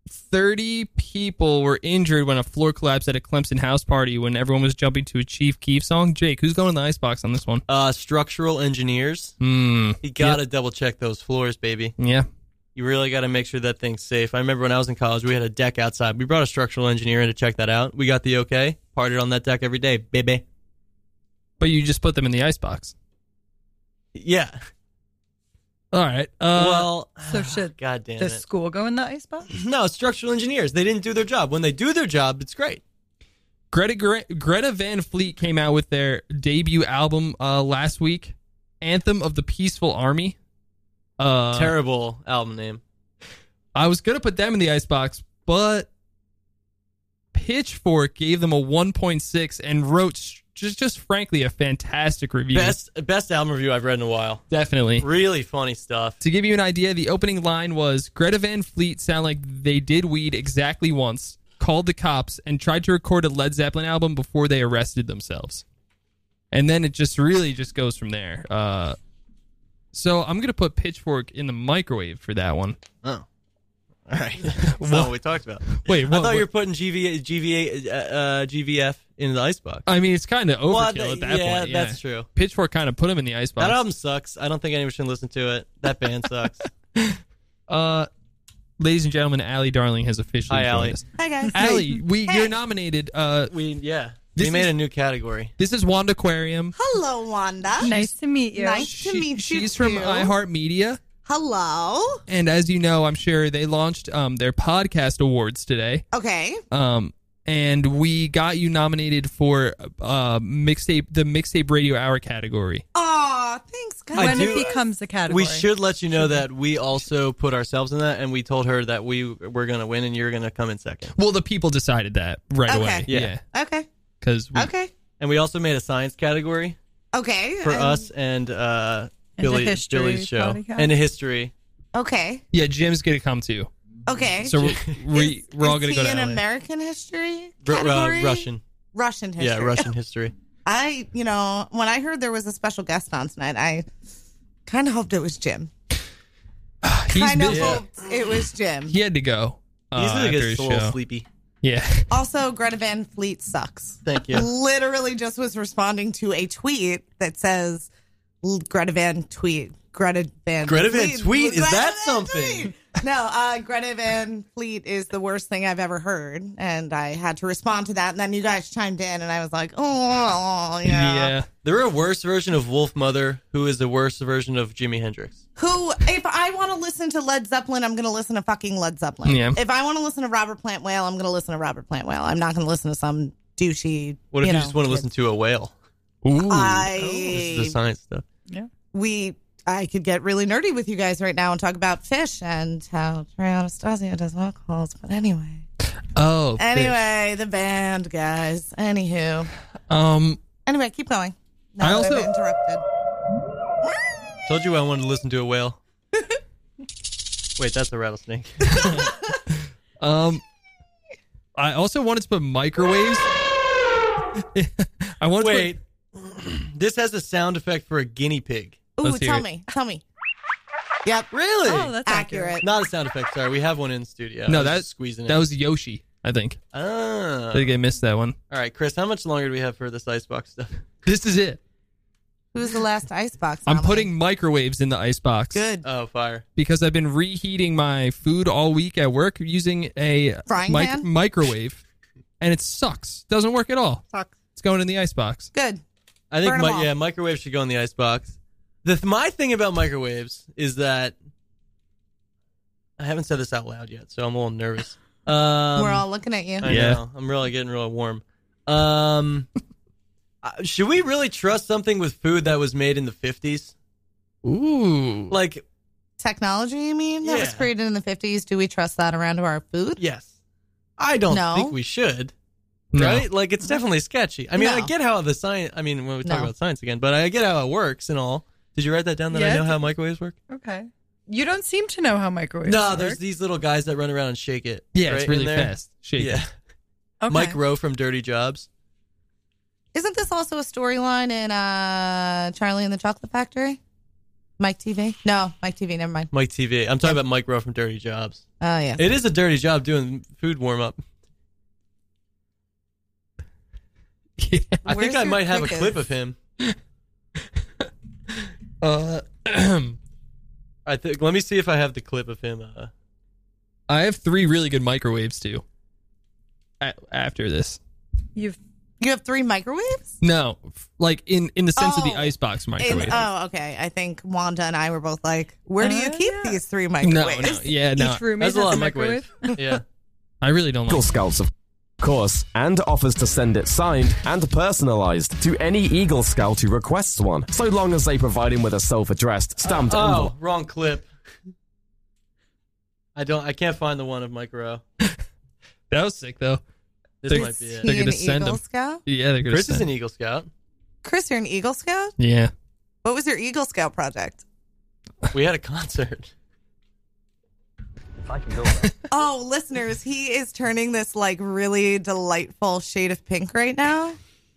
Speaker 3: thirty people were injured when a floor collapsed at a Clemson house party when everyone was jumping to a Chief Keef song. Jake, who's going in the icebox on this one?
Speaker 2: Uh, structural engineers.
Speaker 3: Hmm.
Speaker 2: You gotta double check those floors, baby.
Speaker 3: Yeah.
Speaker 2: You really gotta make sure that thing's safe. I remember when I was in college, we had a deck outside. We brought a structural engineer in to check that out. We got the okay. Partied on that deck every day, baby.
Speaker 3: But you just put them in the icebox.
Speaker 2: Yeah.
Speaker 3: All right. Uh,
Speaker 2: well,
Speaker 14: Ah,
Speaker 4: So
Speaker 2: (sighs)
Speaker 4: should
Speaker 2: God damn
Speaker 4: the
Speaker 2: it.
Speaker 4: school go in the icebox?
Speaker 2: no, structural engineers. They didn't do their job. When they do their job, it's great.
Speaker 3: Greta Gre- Greta Van Fleet came out with their debut album uh, last week, "Anthem of the Peaceful Army." Uh,
Speaker 2: Terrible album name.
Speaker 3: I was gonna put them in the icebox, but Pitchfork gave them a 1.6 and wrote s- just just frankly a fantastic review.
Speaker 2: Best best album review I've read in a while.
Speaker 3: Definitely.
Speaker 2: Really funny stuff.
Speaker 3: To give you an idea, the opening line was Greta Van Fleet sound like they did weed exactly once, called the cops, and tried to record a Led Zeppelin album before they arrested themselves. And then it just really just goes from there. Uh, so I'm gonna put Pitchfork in the microwave for that one.
Speaker 2: Oh. (laughs) All right. That's not what we talked about.
Speaker 3: Wait,
Speaker 2: I
Speaker 3: what-
Speaker 2: thought you were putting GVA, GVA, uh, uh, GVF in the icebox.
Speaker 3: I mean, it's kind of overkill
Speaker 2: Oh, Well,
Speaker 3: at
Speaker 2: th-
Speaker 3: that
Speaker 2: yeah,
Speaker 3: point.
Speaker 2: that's true.
Speaker 3: Pitchfork kind of put him in the icebox.
Speaker 2: That album sucks. I don't think anyone should listen to it. That (laughs) band sucks.
Speaker 3: Uh, ladies and gentlemen, Allie Darling has officially
Speaker 2: Hi,
Speaker 3: joined
Speaker 2: Allie.
Speaker 3: us.
Speaker 4: Hi guys.
Speaker 3: Allie, we you're nominated. Uh,
Speaker 2: we yeah.
Speaker 3: This
Speaker 2: we made
Speaker 3: is-
Speaker 2: a new category.
Speaker 3: This is Wanda Aquarium.
Speaker 14: Hello, Wanda.
Speaker 4: Nice to meet you.
Speaker 14: Nice to meet you.
Speaker 3: She's from
Speaker 14: too.
Speaker 3: iHeartMedia,
Speaker 14: Hello.
Speaker 3: and as you know, I'm sure they launched um their podcast awards today.
Speaker 14: Okay.
Speaker 3: Um, and we got you nominated for uh mixtape the mixtape radio hour category.
Speaker 14: Oh. Aw, thanks, guys.
Speaker 2: I
Speaker 4: When
Speaker 2: do-
Speaker 4: it becomes a category.
Speaker 2: We should let you know that we also put ourselves in that, and we told her that we were going to win, and you're going to come in second.
Speaker 3: Well, the people decided that right
Speaker 14: Okay.
Speaker 3: away.
Speaker 2: Yeah.
Speaker 14: Okay.
Speaker 3: because
Speaker 14: Okay.
Speaker 2: And we also made a science category
Speaker 14: Okay.
Speaker 2: for
Speaker 14: um,
Speaker 2: us and uh,
Speaker 14: And a
Speaker 2: Billy,
Speaker 14: history
Speaker 2: Billy's show
Speaker 14: podcast.
Speaker 2: and a history.
Speaker 14: Okay.
Speaker 3: yeah, Jim's gonna come too.
Speaker 14: Okay.
Speaker 3: So we're, we, we're all gonna
Speaker 14: Is
Speaker 3: go
Speaker 14: he
Speaker 3: to
Speaker 14: in
Speaker 3: LA.
Speaker 14: American history
Speaker 2: Ru- uh,
Speaker 14: category?
Speaker 2: Russian.
Speaker 14: Russian history.
Speaker 2: Yeah, Russian history.
Speaker 14: I, you know, when I heard there was a special guest on tonight, I kind of hoped it was Jim. kind of
Speaker 3: busy.
Speaker 14: hoped it was Jim.
Speaker 3: He had to go. Uh,
Speaker 2: (laughs) He's gonna get
Speaker 3: after his
Speaker 2: a little
Speaker 3: show.
Speaker 2: sleepy.
Speaker 3: Yeah.
Speaker 14: Also, Greta Van Fleet sucks.
Speaker 2: Thank (laughs) you.
Speaker 14: Literally just was responding to a tweet that says "L- Greta Van tweet. Greta Van
Speaker 2: Greta Van
Speaker 14: Fleet-
Speaker 2: Tweet? Is
Speaker 14: Greta
Speaker 2: that
Speaker 14: Van
Speaker 2: something?
Speaker 14: Tweet. No, uh, Greta Van Fleet is the worst thing I've ever heard. And I had to respond to that. And then you guys chimed in, and I was like, oh, (laughs) yeah.
Speaker 2: They're a worse version of Wolf Mother, who is the worst version of Jimi Hendrix.
Speaker 14: Who, if I want to listen to Led Zeppelin, I'm going to listen to fucking Led Zeppelin.
Speaker 2: Yeah.
Speaker 14: If I want to listen to Robert Plant Whale, I'm going to listen to Robert Plant Whale. I'm not going to listen to some douchey.
Speaker 2: What if you,
Speaker 14: know,
Speaker 2: just want to listen to a whale?
Speaker 3: Ooh.
Speaker 14: I-
Speaker 2: This is the science stuff.
Speaker 14: we I could get really nerdy with you guys right now and talk about fish and how Trey Anastasio does walk holes. But anyway,
Speaker 3: Oh. fish.
Speaker 14: anyway, the band guys. Anywho,
Speaker 3: Um.
Speaker 14: anyway, keep going.
Speaker 2: I
Speaker 14: that I've
Speaker 2: also-
Speaker 14: interrupted.
Speaker 2: Told you I wanted to listen to a
Speaker 14: (laughs)
Speaker 2: whale. Wait, that's a rattlesnake.
Speaker 3: Um. I also wanted to put microwaves. (laughs) I want
Speaker 2: Wait. (laughs) this has a sound effect for a guinea pig.
Speaker 14: Ooh, tell me, tell me. Yep.
Speaker 2: Really?
Speaker 14: Oh, that's accurate.
Speaker 2: Not a sound effect. Sorry, we have one in the studio. I
Speaker 3: no,
Speaker 2: was
Speaker 3: that
Speaker 2: just squeezing.
Speaker 3: that
Speaker 2: it.
Speaker 3: was Yoshi. I think.
Speaker 2: Ah.
Speaker 3: I think I missed that one.
Speaker 2: All right, Chris. How much longer do we have for this icebox stuff?
Speaker 3: This is it.
Speaker 14: Who's the last icebox?
Speaker 3: I'm
Speaker 14: nominee?
Speaker 3: putting microwaves in the icebox.
Speaker 14: Good.
Speaker 2: Oh, fire.
Speaker 3: Because I've been reheating my food all week at work using a
Speaker 14: Frying
Speaker 3: mic-
Speaker 14: pan?
Speaker 3: microwave, and it sucks. Doesn't work at all.
Speaker 14: Sucks.
Speaker 3: It's going in the icebox.
Speaker 14: Good.
Speaker 2: I think
Speaker 14: Burn 'em
Speaker 2: mi-
Speaker 14: all.
Speaker 2: yeah, microwaves should go in the icebox. The th- my thing about microwaves is that I haven't said this out loud yet, so I'm a little nervous. Um,
Speaker 4: (laughs) We're all looking at you.
Speaker 2: I
Speaker 4: Yeah.
Speaker 2: know. I'm really getting real warm. Um, (laughs) uh, should we really trust something with food that was made in the 50s?
Speaker 3: Ooh.
Speaker 2: Like,
Speaker 4: Technology, you mean? That was
Speaker 2: Yeah.
Speaker 4: created in the 50s. Do we trust that around to our food?
Speaker 2: Yes. I don't
Speaker 4: No.
Speaker 2: think we should.
Speaker 3: No.
Speaker 2: Right? Like, it's definitely sketchy. I mean, I
Speaker 4: No.
Speaker 2: get how the science, I mean, when we talk
Speaker 4: No.
Speaker 2: about science again, but I get how it works and all. Did you write that down that I
Speaker 15: Yeah.
Speaker 2: know how microwaves work?
Speaker 15: Okay. You don't seem to know how microwaves
Speaker 2: No,
Speaker 15: work.
Speaker 2: there's these little guys that run around and shake it.
Speaker 3: Yeah, it's
Speaker 2: right,
Speaker 3: really
Speaker 2: in there.
Speaker 3: fast. Shake
Speaker 2: yeah.
Speaker 3: it.
Speaker 4: Okay.
Speaker 2: Mike Rowe from Dirty Jobs.
Speaker 4: Isn't this also a storyline in uh, Charlie and the Chocolate Factory? Mike TV? No, Mike TV. Never mind.
Speaker 2: Mike TV. I'm talking about Mike Rowe from Dirty Jobs.
Speaker 4: Oh, yeah.
Speaker 2: It is a dirty job doing food warm up. I think
Speaker 3: Where's
Speaker 2: I
Speaker 3: your
Speaker 2: might have a
Speaker 3: crickets?
Speaker 2: clip of him. uh, (clears throat) I think. Let me see if I have the clip of him. Uh,
Speaker 3: I have three really good microwaves too. A- after this,
Speaker 15: You've
Speaker 4: you have three microwaves?
Speaker 3: no, f- like in in the sense of the
Speaker 4: Oh.
Speaker 3: icebox
Speaker 4: In-
Speaker 3: microwave.
Speaker 4: oh, okay. I think Wanda and I were both like, where do you
Speaker 15: Oh,
Speaker 4: keep these three
Speaker 3: no,
Speaker 4: microwaves?
Speaker 3: no, yeah, no. (laughs)
Speaker 4: That's
Speaker 2: yeah.
Speaker 3: I really don't like.
Speaker 12: Scouts, of course, and offers to send it signed and personalized to any Eagle Scout who requests one, so long as they provide him with a self-addressed stamped envelope.
Speaker 2: oh, wrong clip. I don't. I can't find the one of Mike Rowe.
Speaker 3: That was sick though.
Speaker 2: This
Speaker 3: They-
Speaker 2: might be it.
Speaker 3: they're He gonna an send Eagle 'em.
Speaker 4: Scout?
Speaker 3: Yeah, they're gonna
Speaker 2: Chris is
Speaker 3: send
Speaker 2: an Eagle Scout.
Speaker 4: Chris, you're an Eagle Scout?
Speaker 3: Yeah.
Speaker 4: What was your Eagle Scout project?
Speaker 2: We had a concert.
Speaker 16: If I can go
Speaker 4: Oh, listeners, he is turning this like really delightful shade of pink right now.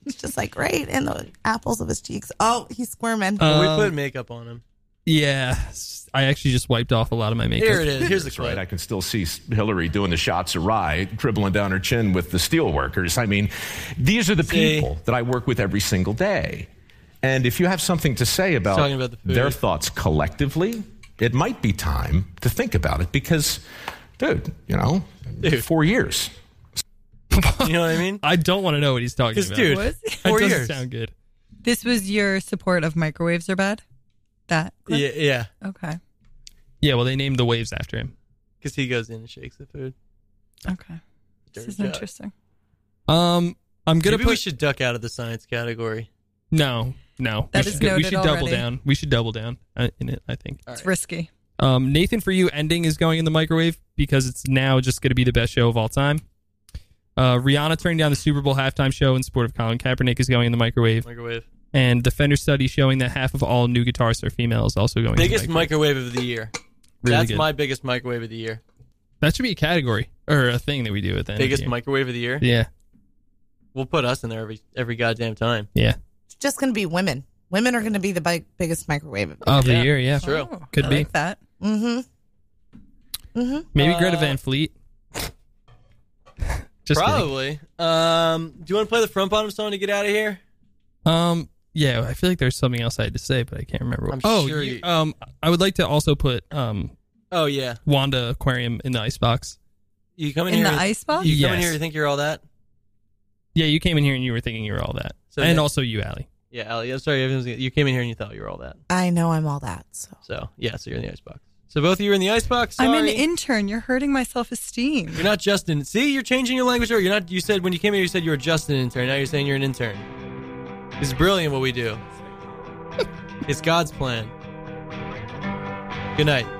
Speaker 4: It's just like right in the apples of his cheeks. Oh, he's squirming.
Speaker 2: we put makeup on him.
Speaker 3: Yeah, s- I actually just wiped off a lot of my makeup.
Speaker 7: That's right. I can still see Hillary doing the shots awry, cribbling down her chin with the steel workers. I mean, these are the people that I work with every single day. And if you have something to say about,
Speaker 2: Talking about the food.
Speaker 7: their thoughts collectively, it might be time to think about it because, dude, you know, four years.
Speaker 2: You know what I
Speaker 3: (laughs)
Speaker 2: mean?
Speaker 3: I don't want to know what he's talking
Speaker 2: 'Cause,
Speaker 3: about.
Speaker 2: dude,
Speaker 3: that
Speaker 2: Was he?
Speaker 3: doesn't
Speaker 2: four years.
Speaker 3: sound good.
Speaker 15: This was your support of microwaves are bad? That? clip?
Speaker 2: Yeah, yeah.
Speaker 15: Okay.
Speaker 3: Yeah, well, they named the waves after him.
Speaker 2: Because he goes in and shakes the food.
Speaker 15: Okay. This
Speaker 2: Dirty
Speaker 15: is
Speaker 2: job.
Speaker 15: interesting.
Speaker 3: Um, I'm gonna
Speaker 2: Maybe we
Speaker 3: put
Speaker 2: should duck out of the science category.
Speaker 3: no, no.
Speaker 15: That
Speaker 3: we
Speaker 15: is
Speaker 3: should, go- we
Speaker 15: noted
Speaker 3: should double
Speaker 15: already.
Speaker 3: down. We should double down uh, in it. I think.
Speaker 15: It's risky.
Speaker 3: Um, Nathan, for you, ending is going in the microwave because it's now just going to be the best show of all time. Uh, Rihanna turning down the Super Bowl halftime show in support of Colin Kaepernick is going in the microwave.
Speaker 2: Microwave.
Speaker 3: And the Fender study showing that half of all new guitarists are female is also going.
Speaker 2: Biggest
Speaker 3: in the microwave.
Speaker 2: microwave of the year.
Speaker 3: Really
Speaker 2: That's
Speaker 3: good.
Speaker 2: my biggest microwave of the year.
Speaker 3: that should be a category or a thing that we do at the end of the
Speaker 2: Biggest
Speaker 3: year.
Speaker 2: microwave of the year.
Speaker 3: Yeah,
Speaker 2: We'll put us in there every every goddamn time.
Speaker 3: yeah.
Speaker 4: It's just going to be women. Women are going to be the big, biggest microwave of,
Speaker 3: Of the year, yeah.
Speaker 2: True.
Speaker 3: Could
Speaker 15: Oh, I
Speaker 3: be.
Speaker 15: like that.
Speaker 4: Mm hmm. Mm hmm.
Speaker 3: Maybe Greta
Speaker 2: Uh,
Speaker 3: Van Fleet. (laughs) Just kidding.
Speaker 2: Probably. Um, do you want to play the front bottom song to get out of here?
Speaker 3: Um. Yeah, I feel like there's something else I had to say, but I can't remember. What.
Speaker 2: I'm
Speaker 3: oh,
Speaker 2: sure
Speaker 3: you-
Speaker 2: you-
Speaker 3: um, I would like to also put um,
Speaker 2: Oh yeah.
Speaker 3: Wanda Aquarium in the icebox.
Speaker 2: You come in,
Speaker 15: In
Speaker 2: here.
Speaker 15: the ice box?
Speaker 2: You come in
Speaker 3: Yes.
Speaker 2: here. You think you're all that?
Speaker 3: Yeah, you came in here and you were thinking you were all that,
Speaker 2: So
Speaker 3: and
Speaker 2: that-
Speaker 3: also you, Allie.
Speaker 2: Yeah, Allie. I'm sorry. everyone's- You came in here and you thought you were all that.
Speaker 4: I know I'm all that. So.
Speaker 2: So yeah. So you're in the icebox. So both of you are in the icebox.
Speaker 15: I'm an
Speaker 2: Sorry.
Speaker 15: intern. You're hurting my self esteem.
Speaker 2: You're not just an. See, you're changing your language. Or you're not. You said when you came here, you said you were just an intern. Now you're saying you're an intern. It's brilliant what we do. it's God's plan. Good night.